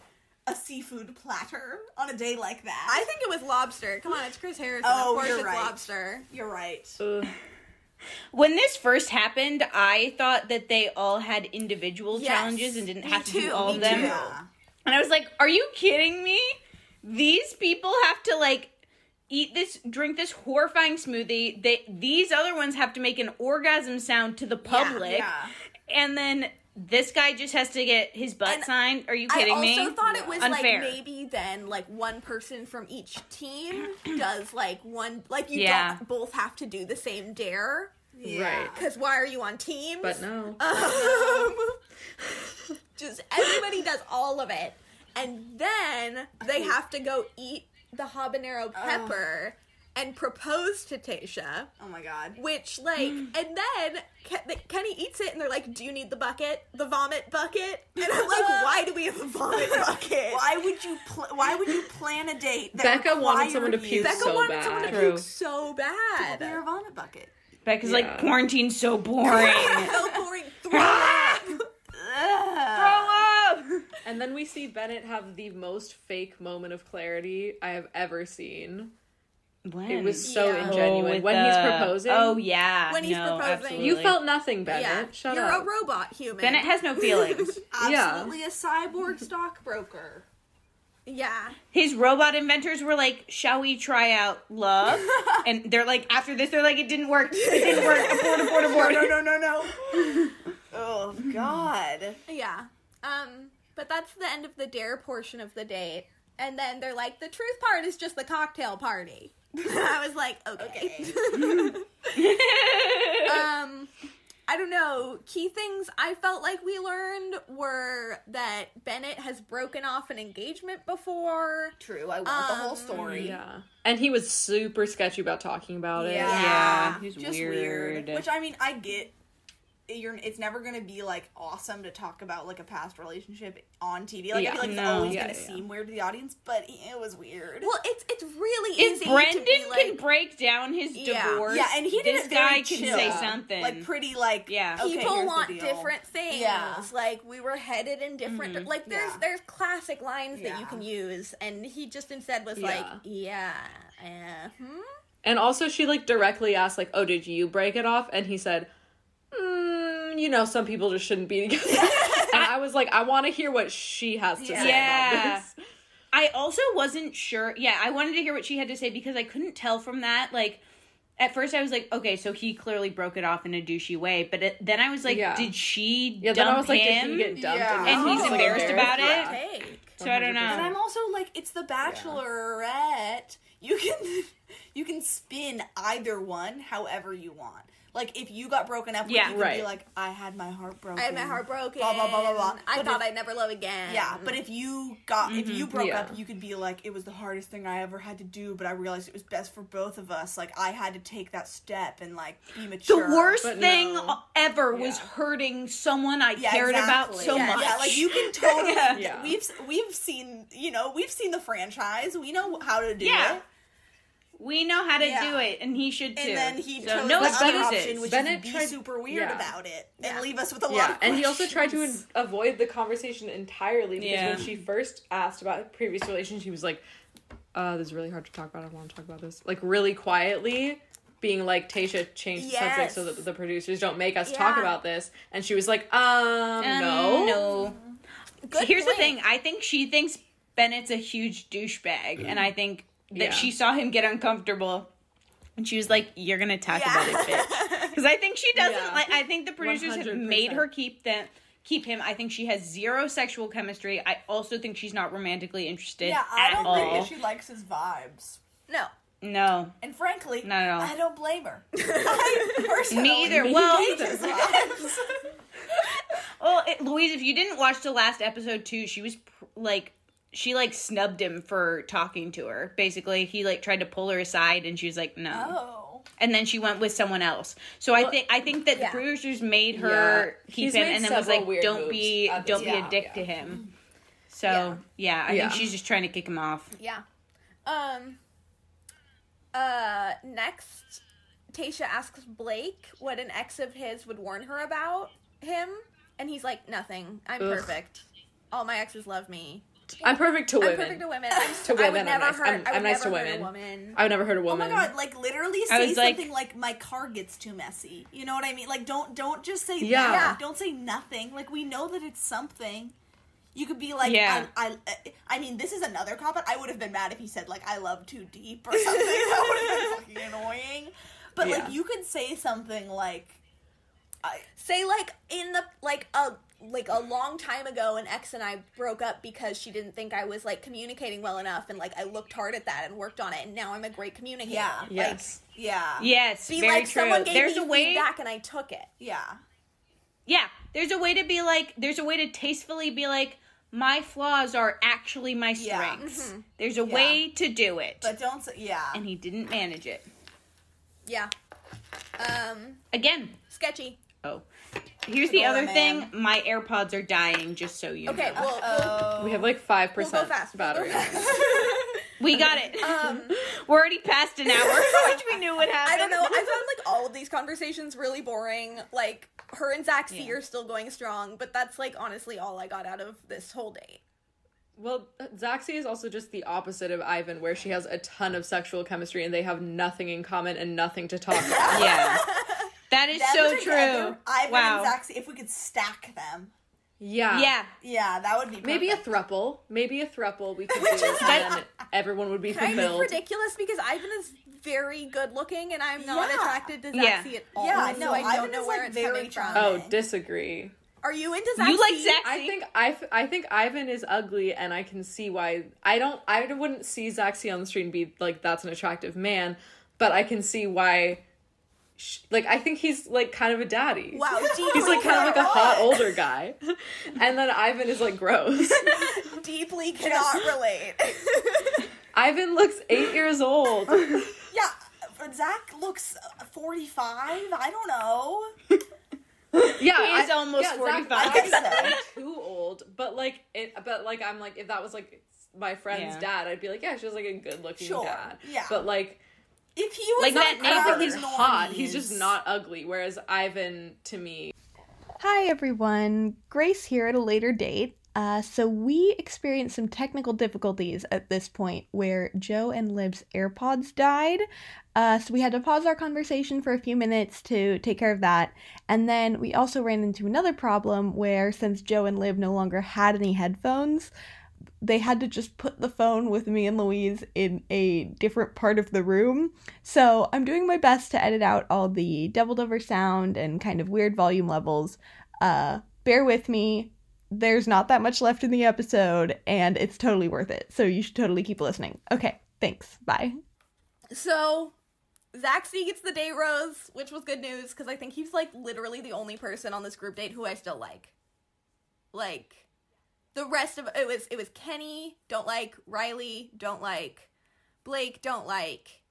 a seafood platter on a day like that. I think it was lobster. Come on, it's Chris Harrison. Oh, of course you're it's right. lobster. you're right. Ugh. When this first happened, I thought that they all had individual Yes, challenges and didn't me have to too, do all me of them. too. Yeah. And I was like, "Are you kidding me? These people have to like eat this, drink this horrifying smoothie. They these other ones have to make an orgasm sound to the public, yeah. and then this guy just has to get his butt And signed. Are you I kidding also me? thought it was Unfair. like maybe then like one person from each team does like one like you Yeah. don't both have to do the same dare Yeah. Right. because why are you on teams? But no. Uh. Um, just everybody does all of it, and then they have to go eat the habanero pepper and propose to Tasha. Oh my god. Which like, and then Ke- the- Kenny eats it, and they're like, "Do you need the bucket, the vomit bucket?" And I'm like, "Why do we have a vomit bucket?" Why would you pl- why would you plan a date that Becca wanted required someone to you- puke Becca so wanted bad. someone to True. puke so Well, they're a bad. vomit bucket. Becca's Yeah. like quarantine's so boring. so boring. Throw up. Grow up. And then we see Bennett have the most fake moment of clarity I have ever seen. When? Oh, It was so Yeah. ingenuine. with when he's the- proposing, Oh yeah. When he's no, proposing. absolutely. you felt nothing, Bennett. Yeah, Shut you're up. a robot human. Bennett has no feelings. Yeah. Absolutely a cyborg stockbroker. yeah. His robot inventors were like, "Shall we try out love?" and they're like, "After this, they're like, it didn't work. It didn't work. Abort, abort, abort." no, no, no. oh God. Yeah. Um, but that's the end of the dare portion of the date. And then they're like, the truth part is just the cocktail party. I was like, okay. um, I don't know. Key things I felt like we learned were that Bennett has broken off an engagement before. True. I want the whole story. yeah. And he was super sketchy about talking about it. Yeah. Yeah, he's Just weird. weird. Which I mean, I get. You're. It's never gonna be like awesome to talk about like a past relationship on TV. Like I Yeah. feel like it's No. always Yeah, gonna yeah. seem weird to the audience, but it was weird. Well, it's it's really if easy Brendan to be can like, break down his Yeah. divorce, yeah, and he did this it guy very can chill. say something. like pretty like Yeah. okay, people here's the want deal. different things. Yeah. Mm-hmm. Like we were headed in different like there's Yeah. there's classic lines that you Yeah. can use and he just instead was Yeah. like, Yeah. Uh-huh. And also, she like directly asked, like, "Oh, did you break it off?" And he said, mm, "You know, some people just shouldn't be together." and I was like, "I want to hear what she has to say Yeah. about this." I also wasn't sure. Yeah, I wanted to hear what she had to say because I couldn't tell from that. Like, at first I was like, okay, so he clearly broke it off in a douchey way. But it, then I was like, Yeah. did she Yeah. dump Then I was like, him? "Did he get dumped?" Yeah. And he's like, embarrassed about it? Yeah. Take. so I don't know. And I'm also like, it's the Bachelorette. You can you can spin either one however you want. Like if you got broken up, with, Yeah, you could right. be like, I had my heart broken. I had my heart broken. Mm-hmm. Blah, blah, blah, blah, blah. I But thought if- I'd never love again. Yeah, but if you got if you Mm-hmm. broke yeah. up, you could be like, it was the hardest thing I ever had to do, but I realized it was best for both of us. Like I had to take that step and like be The mature. worst but thing no. ever was Yeah. hurting someone I Yeah, cared about exactly. so Yeah, much. Yeah, like you can totally. Yeah. We've we've seen you know we've seen the franchise. We know how to do Yeah. it. we know how to Yeah. do it, and he should too. And then he So chose no the other excuses. option, which Bennett is be tried- super weird yeah. about it and Yeah. leave us with a lot. Yeah, of and he also tried to questions. in- avoid the conversation entirely because Yeah. when she first asked about previous relations, he was like, uh, "This is really hard to talk about. I don't want to talk about this." Like really quietly, being like, "Tasha, change the subject so Yes. that the producers don't make us talk Yeah. about this." And she was like, "Um, Um, no, no. Good Here's the point. thing. I think she thinks Bennett's a huge douchebag, and I think that Yeah. she saw him get uncomfortable, and she was like, "You're gonna talk about it, bitch." Because I think she doesn't Yeah. like. I think the producers have 100%. made her keep them. Keep him. I think she has zero sexual chemistry. I also think she's not romantically interested Yeah, I at don't all. think that she likes his vibes. No. no, And frankly, Not at all. I don't blame her. I personally me either. hate well, his vibes. Well, it, Louise, if you didn't watch the last episode too, she was pr- like, she like snubbed him for talking to her. Basically, he like tried to pull her aside, and she was like, no. oh. And then she went with someone else. So I think I think that yeah. the producers made her Yeah. keep He's him, made and then was several like, weird don't be, moves at don't this be a point. dick Yeah. to him. So yeah, I Yeah. think she's just trying to kick him off. Yeah. Um. Uh. Next, Tasha asks Blake what an ex of his would warn her about him, and he's like, "Nothing. I'm Ugh. perfect. All my exes love me. I'm perfect to women. I'm perfect to women. I'm, To I would women, I'm never nice. hurt. I'm- I would I'm nice never to hurt women. A woman. I've never heard a Oh my woman. god, like literally I say was like- something like, my car gets too messy. You know what I mean? Like don't don't just say Yeah. Yeah. that. Don't say nothing. Like we know that it's something. You could be like, Yeah. I, I, I mean, this is another cop out. I would have been mad if he said like, I love too deep or something. that would have been fucking annoying. But Yeah. like, you could say something like, I, Say like in the like a like a long time ago, an ex and I broke up because she didn't think I was like communicating well enough, and like I looked hard at that and worked on it, and now I'm a great communicator. Yeah. yes, yeah, Yes, Be very like true. someone gave There's me a way. feedback and I took it. yeah. Yeah, there's a way to be like, there's a way to tastefully be like, my flaws are actually my Yeah. mm-hmm. strengths. There's a way to do it. But don't say, yeah. and he didn't manage it. Yeah. Um, Again. sketchy. Oh. Here's the Go on, other man. thing my AirPods are dying, just so you Okay, know. well, Oh. we have like five we'll, we'll go percent fast. We'll go battery. fast. uh, we got it. Um, We're already past an hour, which we knew would happen. I don't know. I found like all of these conversations really boring. Like her and Zach C Yeah. are still going strong, but that's like honestly all I got out of this whole date. Well, Zaxi is also just the opposite of Ivan, where she has a ton of sexual chemistry and they have nothing in common and nothing to talk about. yeah. That is Them so together, true. Ivan wow. and Zaxi, if we could stack them. Yeah. yeah. Yeah, that would be perfect. Maybe a thruple. Maybe a thruple we could do, and then everyone would be Kind of fulfilled. ridiculous because Ivan is very good looking, and I'm not Yeah. attracted to Zach Yeah. C at all. Yeah, so no, I don't Ivan know is, where like, it's very coming from. charming. Oh, disagree. Are you into Zach? You like C? Zach I think I, I think Ivan is ugly, and I can see why. I don't. I wouldn't see Zaxi on the street and be like, "That's an attractive man," but I can see why. sh like, I think he's like kind of a daddy. Wow, He's deeply, like kind of like a hot older guy, and then Ivan is like gross. deeply cannot relate. Ivan looks eight years old. Yeah, but Zach looks uh, 45. I don't know. Yeah, He is I- almost yeah, Zach- 45. I think he's too old, but like, it, but like, I'm like, if that was like my friend's Yeah. dad, I'd be like, yeah, she was like a good looking Sure, dad. yeah. but like, If he was Like that I neighbor don't Carl think he's Normies. hot. He's just not ugly. Whereas Ivan, to me, Hi, everyone. Grace here at a later date. Uh, so, we experienced some technical difficulties at this point where Joe and Lib's AirPods died. Uh, so, we had to pause our conversation for a few minutes to take care of that. And then we also ran into another problem where, since Joe and Lib no longer had any headphones, they had to just put the phone with me and Louise in a different part of the room. So I'm doing my best to edit out all the doubled over sound and kind of weird volume levels. Uh, bear with me. There's not that much left in the episode, and it's totally worth it. So you should totally keep listening. Okay, thanks. Bye. So Zaxi gets the date rose, which was good news because I think he's like literally the only person on this group date who I still like. Like the rest of it was it was Kenny, don't like, Riley, don't like, Blake, don't like.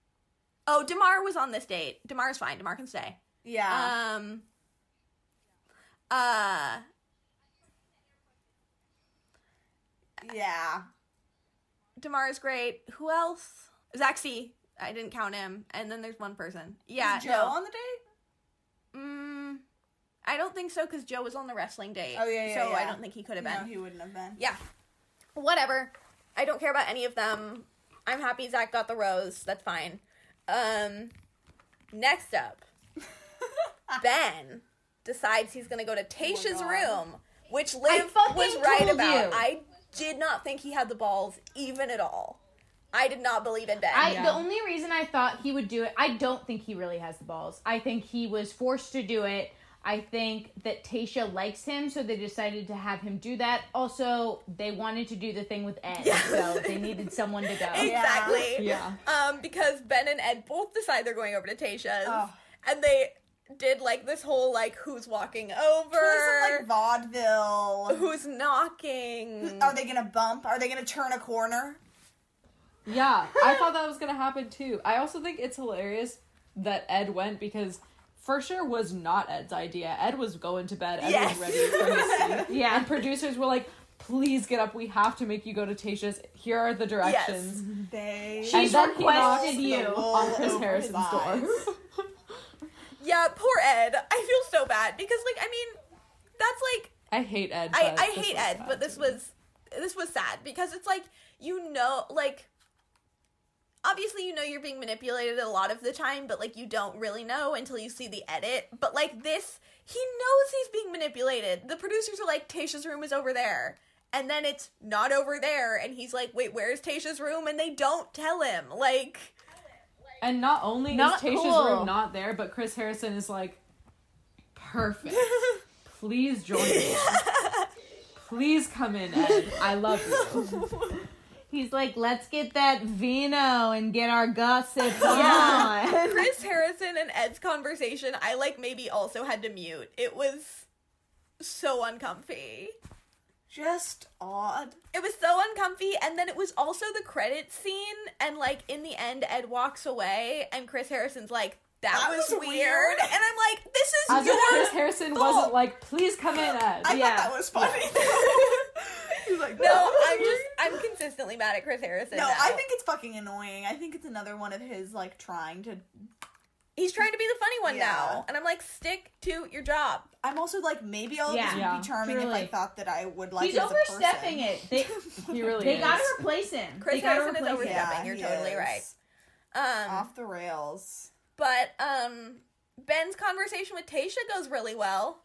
Oh, Damar was on this date. Damar's fine. Damar can stay. Yeah. Um uh yeah. Damar is great. Who else? Zaxi. I didn't count him. And then there's one person. Yeah. Joe no. on the date? Mm, I don't think so because Joe was on the wrestling date. Oh, yeah, yeah, So I yeah. don't think he could have No, been. he wouldn't have been. yeah. Whatever. I don't care about any of them. I'm happy Zach got the rose. That's fine. Um, next up, Ben decides he's gonna go to Oh Tasha's God. room, which Liv fucking was right told about. you. I did not think he had the balls even at all. I did not believe in Ben. I the only reason I thought he would do it, I don't think he really has the balls. I think he was forced to do it. I think that Tasha likes him, so they decided to have him do that. Also, they wanted to do the thing with Ed, so they needed someone to go. exactly. Yeah. um, because Ben and Ed both decide they're going over to Tasha's, Oh. and they did like this whole like who's walking Or over, some, like vaudeville. who's knocking. Are they gonna bump? Are they gonna turn a corner? Yeah, I thought that was gonna happen too. I also think it's hilarious that Ed went because for sure was not Ed's idea. Ed was going to bed. Ed Yes. was ready for his sleep. Yeah. And producers were like, "Please get up. We have to make you go to Tasha's. Here are the directions." They She's She's requested you. all on Chris over his Harrison's eyes. door. yeah, poor Ed. I feel so bad because like I mean, that's like I hate Ed. I, but I this hate was Ed, bad but this too. was this was sad because it's like you know like obviously you know you're being manipulated a lot of the time, but like you don't really know until you see the edit. But like this, he knows he's being manipulated. The producers are like, Tasha's room is over there. And then it's not over there, and he's like, "Wait, where's Tasha's room?" And they don't tell him. Like, And not only Not is Tasha's cool. room not there, but Chris Harrison is like, perfect. Please join me. Please come in, Ed. I love you. He's like, let's get that vino and get our gossip on. Chris Harrison and Ed's conversation, I like maybe also had to mute. It was so uncomfy. Just odd. It was so uncomfy, and then it was also the credit scene, and like in the end, Ed walks away, and Chris Harrison's like, "That, That was, was weird. weird. and I'm like, "This is As if your Chris Harrison wasn't like, please come in, Ed. I yeah. thought that was funny. He's like, no." I'm just, I'm consistently mad at Chris Harrison. No, now. I think it's fucking annoying. I think it's another one of his like trying to. he's trying to be the funny one Yeah. now, and I'm like, "Stick to your job." I'm also like maybe all of this Yeah. would Yeah, be charming if I truly. thought that I would like. He's overstepping it. They he really they is. gotta replace him. Chris they gotta Harrison is replace over- him. Yeah, You're he totally is. right. Um, Off the rails. but um, Ben's conversation with Tasha goes really well.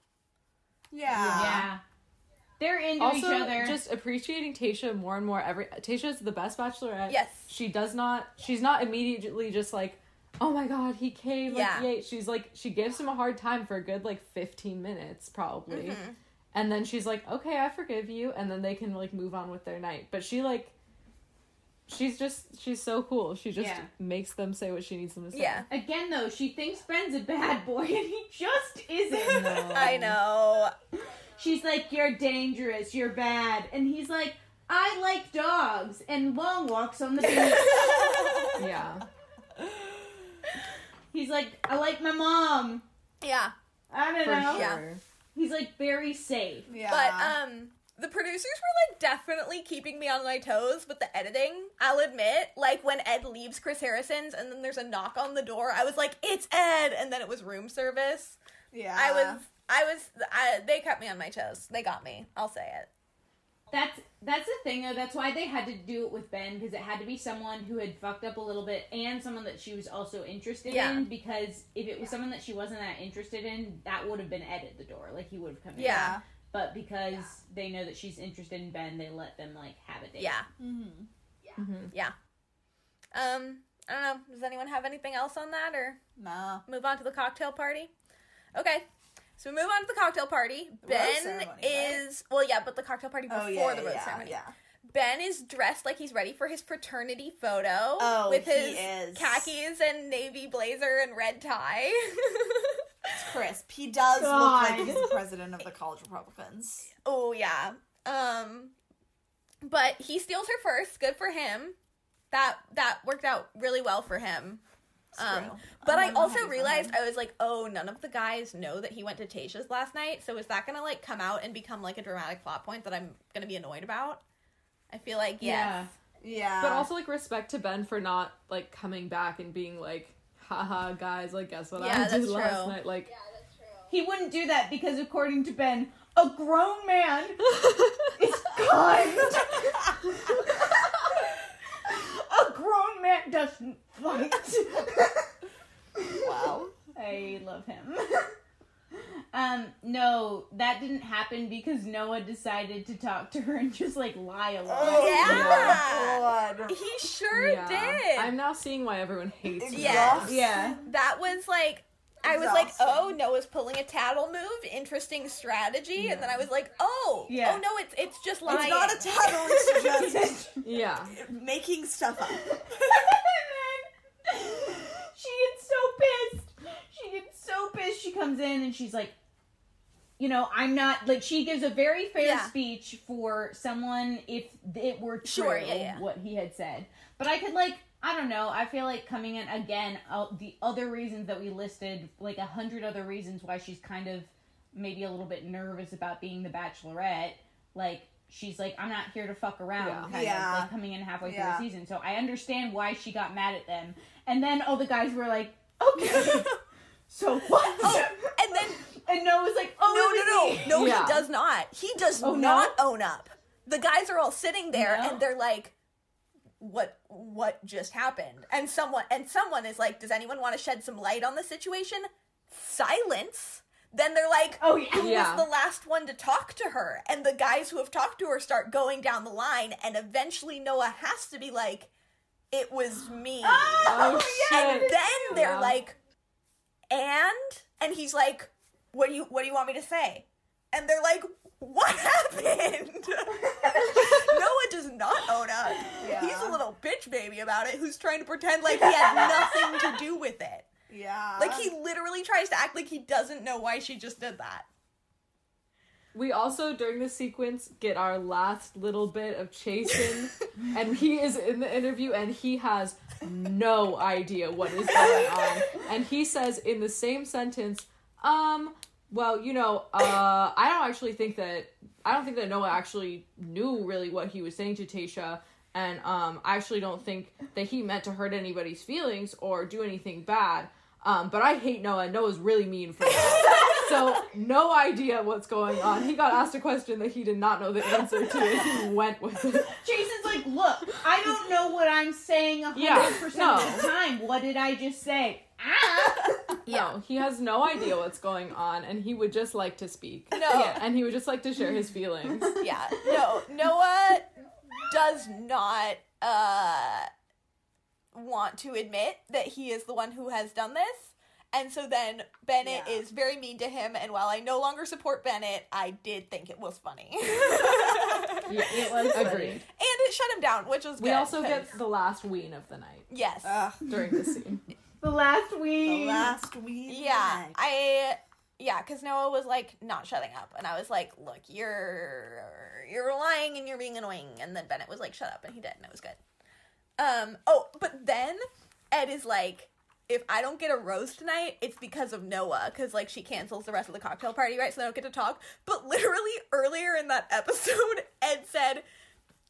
Yeah. Yeah. They're into each also, other. just appreciating Tasha more and more. Every Tasha's the best bachelorette. Yes. she does not. She's not immediately just like, oh my god, he came. Like, Yeah. yay. She's like, she gives him a hard time for a good like fifteen minutes probably, Mm-hmm. and then she's like, okay, I forgive you, and then they can like move on with their night. But she like, she's just she's so cool. She just Yeah. makes them say what she needs them to say. Yeah. Again, though, she thinks Ben's a bad boy, and he just isn't. I know. She's like, "You're dangerous. You're bad," and he's like, "I like dogs and long walks on the beach." yeah. he's like, "I like my mom." Yeah. I don't For know. Yeah. sure. He's like very safe. Yeah. But um the producers were like definitely keeping me on my toes with the editing. I'll admit, like when Ed leaves Chris Harrison's and then there's a knock on the door, I was like, "It's Ed," and then it was room service. yeah. I was, I was, I, they kept me on my toes. They got me. I'll say it. That's that's the thing though. That's why they had to do it with Ben because it had to be someone who had fucked up a little bit and someone that she was also interested Yeah. in. Because if it was someone that she wasn't that interested in, that would have been Ed at the door. Like he would have come in. Yeah. But because they know that she's interested in Ben, they let them like have a date. Yeah. Mm-hmm. Mhm. Yeah. Um, I don't know. Does anyone have anything else on that or Nah. move on to the cocktail party? Okay. So we move on to the cocktail party. The rose ben ceremony, right? is well, yeah, but the cocktail party before Oh yeah. the road yeah, ceremony. yeah. Ben is dressed like he's ready for his fraternity photo Oh, with he his is. khakis and navy blazer and red tie. crisp. He does God. look like he's the president of the College Republicans. oh yeah. Um but he steals her first. Good for him. That that worked out really well for him. Um, Screw. but I'm I not also happy for realized him. I was like, oh, none of the guys know that he went to Tasha's last night. So is that gonna like come out and become like a dramatic plot point that I'm gonna be annoyed about? I feel like yes. Yeah. But also like respect to Ben for not like coming back and being like, haha guys, like guess what Yeah, I did that's last true. night. Like He wouldn't do that because, according to Ben, a grown man is kind. a grown man doesn't fight. wow. I love him. Um, no, that didn't happen because Noah decided to talk to her and just like lie a lot. Oh, Oh, Yeah. God. He sure yeah. did. I'm now seeing why everyone hates me. Yeah. Exhaust- Yeah. that was like I was like, Exhausting. oh, Noah's pulling a tattle move, interesting strategy, and then I was like, oh, Yeah. oh no, it's it's just lying. It's not a title, it's just Yeah. Oh, making stuff up. and then she gets so pissed. She gets so pissed. She comes in and she's like, you know, I'm not like she gives a very fair Yeah. speech for someone if it were true Sure, yeah, yeah. what he had said. But I could like I don't know. I feel like coming in again. Uh, the other reasons that we listed, like a hundred other reasons why she's kind of maybe a little bit nervous about being the Bachelorette. Like she's like, I'm not here to fuck around. Yeah. Kind Yeah. Of, like, coming in halfway Yeah. through the season. So I understand why she got mad at them. And then all the guys were like, okay, so what? Oh. and then And Noah was like, oh, no, no, no, no, Yeah. he does not. He does Oh, no? not own up. The guys are all sitting there, No. and they're like, "What? What just happened?" And someone, and someone is like, "Does anyone want to shed some light on the situation?" Silence. Then they're like, Oh, yeah. who Yeah. was the last one to talk to her? And the guys who have talked to her start going down the line, and eventually Noah has to be like, "It was me." Ah! Oh and shit. then they're Yeah. like and and he's like what do you what do you want me to say and they're like what happened noah does not own up he's a little bitch baby about it who's trying to pretend like he had nothing to do with it Yeah. like he literally tries to act like he doesn't know why she just did that We also during this sequence get our last little bit of Chasen and he is in the interview and he has no idea what is going on. And he says in the same sentence, um, well, you know, uh, I don't actually think that I don't think that Noah actually knew really what he was saying to Tasha, and um, I actually don't think that he meant to hurt anybody's feelings or do anything bad. Um, but I hate Noah. Noah's really mean for me. so no idea what's going on. He got asked a question that he did not know the answer to, and he went with it. Jason's like, look, I don't know what I'm saying 100% Yeah, of the time. What did I just say? Ah. No, he has no idea what's going on, and he would just like to speak. No, and he would just like to share his feelings. yeah no noah does not uh want to admit that he is the one who has done this and so then bennett Yeah. is very mean to him and while i no longer support bennett i did think it was funny and Yeah, It was funny. agreed. it shut him down which was We good, also 'cause- get the last ween of the night yes Ugh, during this scene. The last the week. last week. yeah i yeah because noah was like not shutting up and i was like look you're you're lying and you're being annoying and then bennett was like shut up and he did and it was good um oh but then ed is like if i don't get a rose tonight it's because of noah because like she cancels the rest of the cocktail party right so they don't get to talk but literally earlier in that episode ed said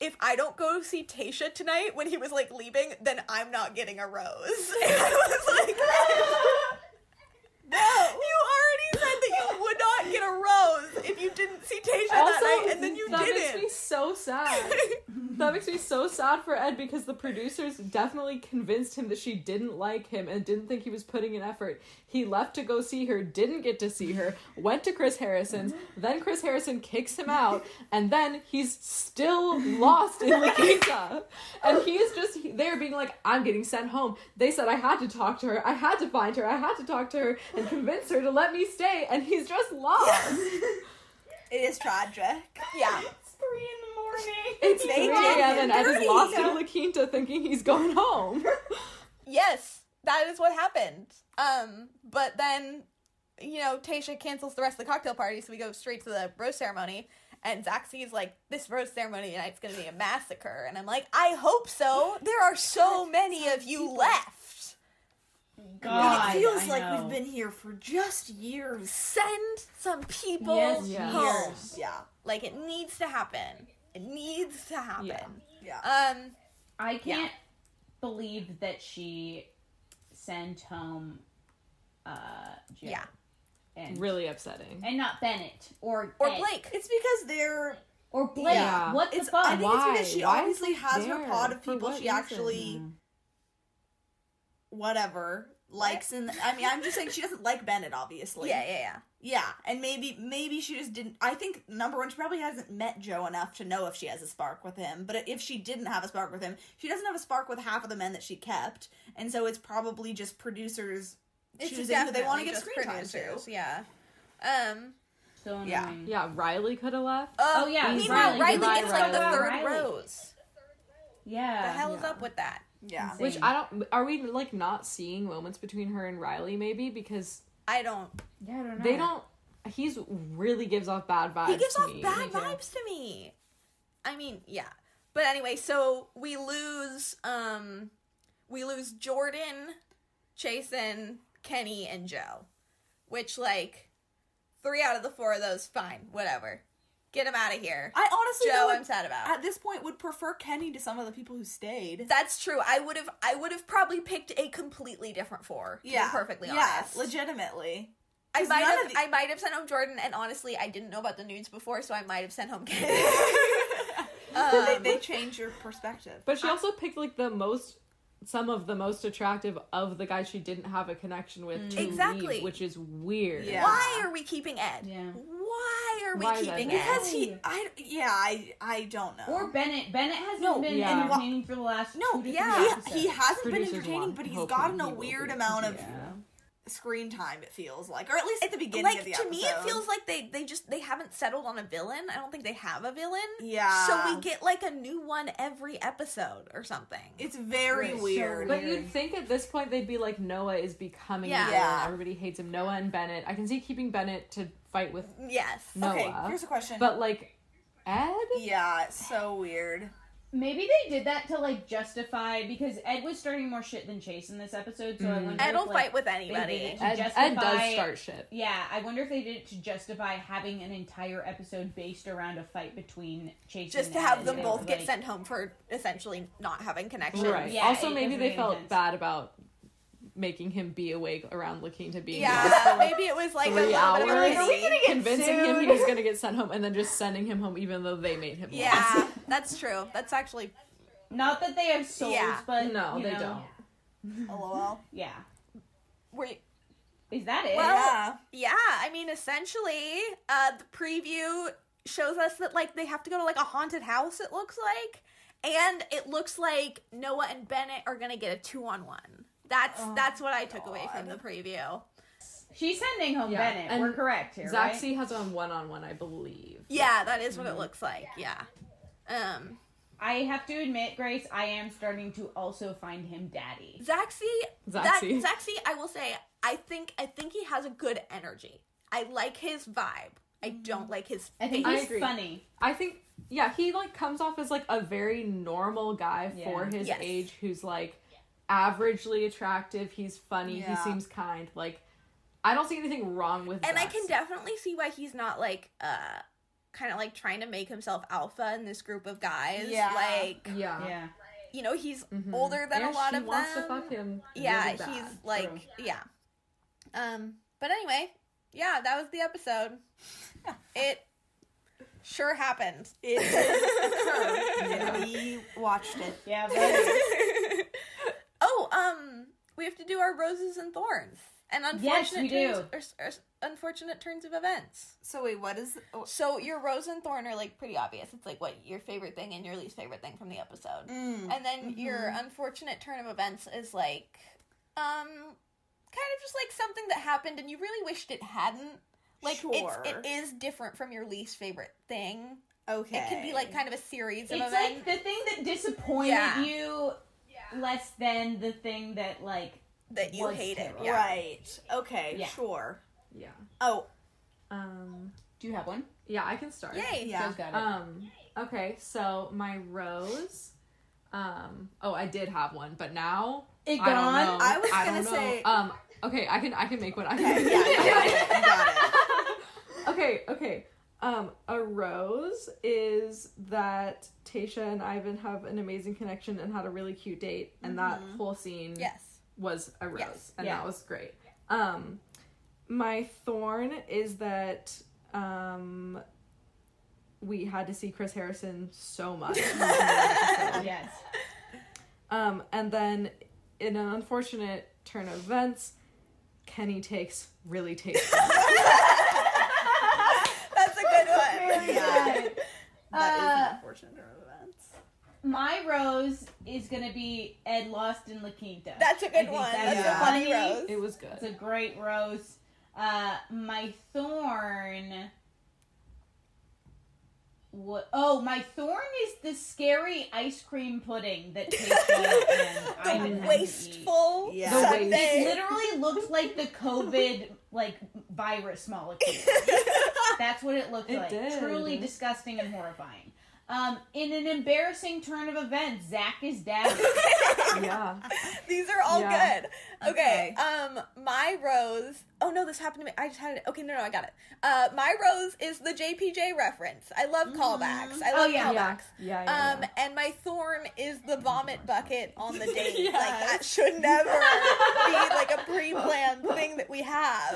if I don't go see Tasha tonight when he was like leaving, then I'm not getting a rose. And I was like, you already said that you would not get a rose if you didn't see Tasha that also, night, and then you that didn't. makes me so sad. that makes me so sad for Ed because the producers definitely convinced him that she didn't like him and didn't think he was putting in effort. He left to go see her, didn't get to see her, went to Chris Harrison's, then Chris Harrison kicks him out, and then he's still lost in Lakita. And he is just there being like, I'm getting sent home. They said I had to talk to her, I had to find her, I had to talk to her and convince her to let me stay, and he's just lost. It is tragic. yeah. It's three in the morning. It's 3 and I just lost in it. La Quinta thinking he's going home. Yes, that is what happened. Um, but then, you know, Tasha cancels the rest of the cocktail party, so we go straight to the rose ceremony. And Zaxi is like, "This rose ceremony tonight's going to be a massacre," and I'm like, "I hope so. There are so many of you left. It God, feels I like know. we've been here for just years. Send some people Yes, yeah. home. Yeah. Like it needs to happen. It needs to happen." Yeah. Um, I can't believe that she sent home. Uh, Jill yeah, and really upsetting. and not Bennett or or Ed. Blake. It's because they're. or Blake. Yeah. What the It's, fuck? I think it's Why? because she Why is obviously it has her there? pod of For people what she reason? actually. Whatever. Likes and I mean I'm just saying she doesn't like Bennett obviously. yeah, yeah, yeah. Yeah, and maybe maybe she just didn't. I think number one, she probably hasn't met Joe enough to know if she has a spark with him. But if she didn't have a spark with him, she doesn't have a spark with half of the men that she kept, and so it's probably just producers choosing who they want definitely to give just screen time producers, to. Yeah. Um. so annoying. Yeah. Yeah, Riley could have left. Uh, Oh, yeah, Riley, Meanwhile, Riley, goodbye, gets like the Riley. third Riley. rose. Yeah. The hell is yeah. up with that? Yeah, Insane. Which I don't. Are we like not seeing moments between her and Riley? Maybe because I don't. Yeah, I don't know. they don't. He's really gives off bad vibes. He gives to off me. bad vibes to me. I mean, yeah. But anyway, so we lose. Um, we lose Jordan, Jason, Kenny, and Joe. Which like, three out of the four of those, fine, whatever. Get him out of here. I honestly Joe, though, I'm sad about. at this point would prefer Kenny to some of the people who stayed. That's true. I would have. I would have probably picked a completely different four. To yeah. Be perfectly honest. Yeah, legitimately. I 'Cause might none have of the- I might have sent home Jordan, and honestly, I didn't know about the nudes before, so I might have sent home Kenny. Um, they, they change your perspective. But she also picked like the most, some of the most attractive of the guys she didn't have a connection with. To Exactly. leave, which is weird. Yeah. Why are we keeping Ed? Yeah. Why are we Why is that keeping Ed? bad? Because he, I, yeah, I, I don't know. Um, Or Bennett. Bennett hasn't No, been yeah. entertaining for the last No, two to yeah. three yeah, episodes. he hasn't been Producers entertaining, want- but he's hoping gotten he a will weird be. amount of Yeah. screen time. It feels like, or at least at the beginning like of the to episode. me, it feels like they they just they haven't settled on a villain. I don't think they have a villain. Yeah. So we get like a new one every episode or something. it's very Right, so weird. But you'd think at this point they'd be like Noah is becoming Yeah. a villain. Yeah. Everybody hates him. Noah and Bennett. I can see keeping Bennett to fight with yes. Noah. okay, here's a question. But like Ed? yeah, it's so weird. Maybe they did that to like justify because Ed was starting more shit than Chase in this episode, so Mm. I wonder. I if, don't like, fight with they did anybody. it to Ed, justify. Ed does start shit. Yeah, I wonder if they did it to justify having an entire episode based around a fight between Chase Just and to Ed. have them They both were get like- sent home for essentially not having connections. Right. Yeah, also it maybe doesn't they make felt sense. bad about making him be awake around looking to being Yeah, maybe it was like a three little bit hours. of a we gonna get convincing him sued? he was gonna get sent home and then just sending him home even though they made him Yeah, that's true. That's actually Not that they have souls, Yeah. but No, you they know, don't. Lol. Yeah, were you- is that it? Well, Yeah. Yeah, I mean, essentially, uh, the preview shows us that like they have to go to like a haunted house. It looks like, and it looks like Noah and Bennett are gonna get a two on one. That's Oh that's what I took away from the preview. She's sending home Yeah, Bennett. and We're correct here, right? Zaxi has on one on one, I believe. Yeah, that is what Mm-hmm. it looks like. Yeah. Um, I have to admit, Grace, I am starting to also find him daddy. Zaxi, that Zaxi. Zaxi, I will say, I think I think he has a good energy. I like his vibe. I don't like his. Mm-hmm. I think I he's agree. funny. I think yeah, he like comes off as like a very normal guy Yeah. for his Yes. age who's like averagely attractive, he's funny, Yeah. he seems kind. Like I don't see anything wrong with and I Zaxi. can definitely see why he's not like uh kind of like trying to make himself alpha in this group of guys. Yeah. Like yeah. Yeah. you know, he's Mhm. older than And a lot she of wants them. to fuck him. Yeah, really bad. he's like yeah. Um but anyway, yeah, that was the episode. it sure happened. And we watched it. Yeah, but Oh, um we have to do our roses and thorns. And Yes, unfortunate we do. turns or, or unfortunate turns of events. So wait, what is? Oh, So your rose and thorn are like pretty obvious. It's like what your favorite thing and your least favorite thing from the episode. mm, And then your unfortunate turn of events is like um kind of just like something that happened and you really wished it hadn't. Like Sure. it's it is different from your least favorite thing. Okay. It can be like kind of a series of It's events. like the thing that disappointed Yeah. you less than the thing that like that you was hated. terrible. Yeah. Right. Okay. Yeah. Sure. Yeah. Oh, Um. do you have one? Yeah, I can start. Yay. Yeah. Joe's got it. Um. Okay. So my rose. Um. Oh, I did have one, but now It I don't gone? know. I was I don't gonna know. say- Um. Okay. I can. I can make one. I yeah. can. you got it, you got it. okay, okay. Um, a rose is that Tasha and Ivan have an amazing connection and had a really cute date, and that whole scene Mm-hmm. Yes. was a rose, Yes. and Yeah. that was great. Um, my thorn is that um, we had to see Chris Harrison so much. yes. Um, and then, in an unfortunate turn of events, Kenny takes really takes. That's a good one. Yeah. That is Uh, an unfortunate turn of events. My rose is gonna be Ed Lost in La Quinta. That's a I good think one. that's That's Yeah. a funny funny. rose. it was good. It's a great rose. Uh, my thorn. What? Oh, my thorn is the scary ice cream pudding that Tasha and Ivan the had to wasteful Yeah. The Sunday. eat. It literally looked like the COVID like virus molecule. That's what it looked It like. did. Truly disgusting and horrifying. Um, in an embarrassing turn of events, Zach is dabbing. yeah. These are all Yeah. good. Okay. Um, my rose. Oh no, this happened to me. I just had it. Okay, no, no, I got it. Uh, my rose is the JPJ reference. I love callbacks. I Oh, love yeah. callbacks. Yeah, yeah, Um, yeah. and my thorn is the vomit bucket on the date. Like that should never be like a pre-planned thing that we have.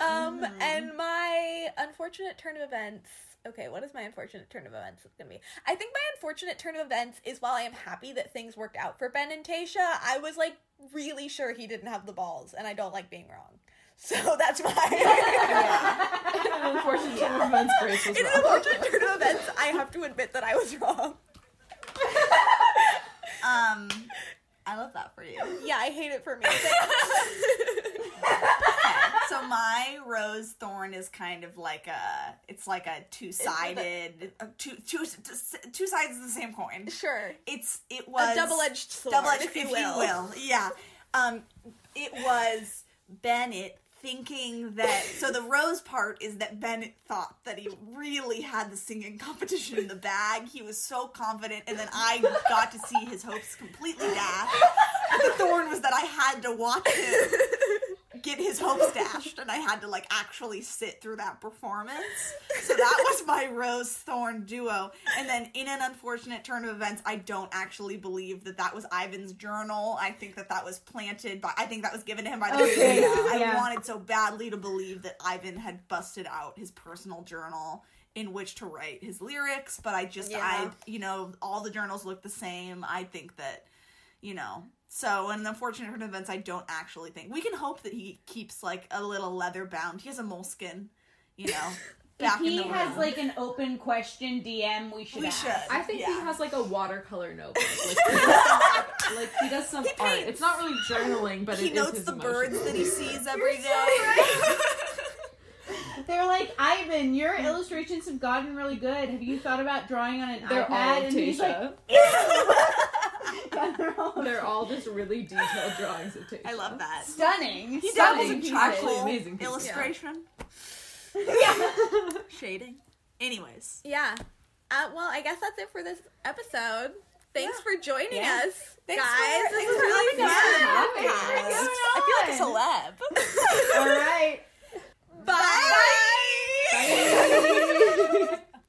um, and my unfortunate turn of events. Okay, what is my unfortunate turn of events going to be? I think my unfortunate turn of events is while I am happy that things worked out for Ben and Tasha, I was like really sure he didn't have the balls, and I don't like being wrong. So that's my. Unfortunately, everyone's grace was In an unfortunate turn of events, I have to admit that I was wrong. Um, I love that for you. Yeah, I hate it for me. Thanks. so my rose thorn is kind of like a, it's like a two sided, two two two sides of the same coin. sure. It's it was a double-edged sword, double-edged, if, you will. Yeah. Um, it was Bennett thinking that. So the rose part is that Bennett thought that he really had the singing competition in the bag. He was so confident, and then I got to see his hopes completely dashed. But the thorn was that I had to watch him get his hopes dashed, and I had to like actually sit through that performance. So that was my rose thorn duo. And then in an unfortunate turn of events, I don't actually believe that that was Ivan's journal. I think that that was planted by. I think that was given to him by the Okay, media. I yeah. wanted so badly to believe that Ivan had busted out his personal journal in which to write his lyrics, but I just Yeah. I you know all the journals look the same. I think that you know. So, in unfortunate turn of events, I don't actually think we can hope that he keeps like a little leather bound. He has a moleskin, you know, back if he in the room. has like an open question DM, we should. we ask. should. I think he yeah. has like a watercolor notebook. Like, like he does some art. paints. It's not really journaling, but He it is notes his the emotions. birds that he sees every day. They're like, Ivan, your Mm-hmm. illustrations have gotten really good. Have you thought about drawing on an They're iPad? all and he's like, Tasha. They're all just really detailed drawings of Tasha. I love that. stunning. He Stunning. dabbles in He's charcoal actually amazing. illustration, shading. Anyways, Yeah. Uh, well, I guess that's it for this episode. Thanks for joining Yeah. us, guys. this was for really having us. fun. Thanks for having us. I feel like a celeb. All right.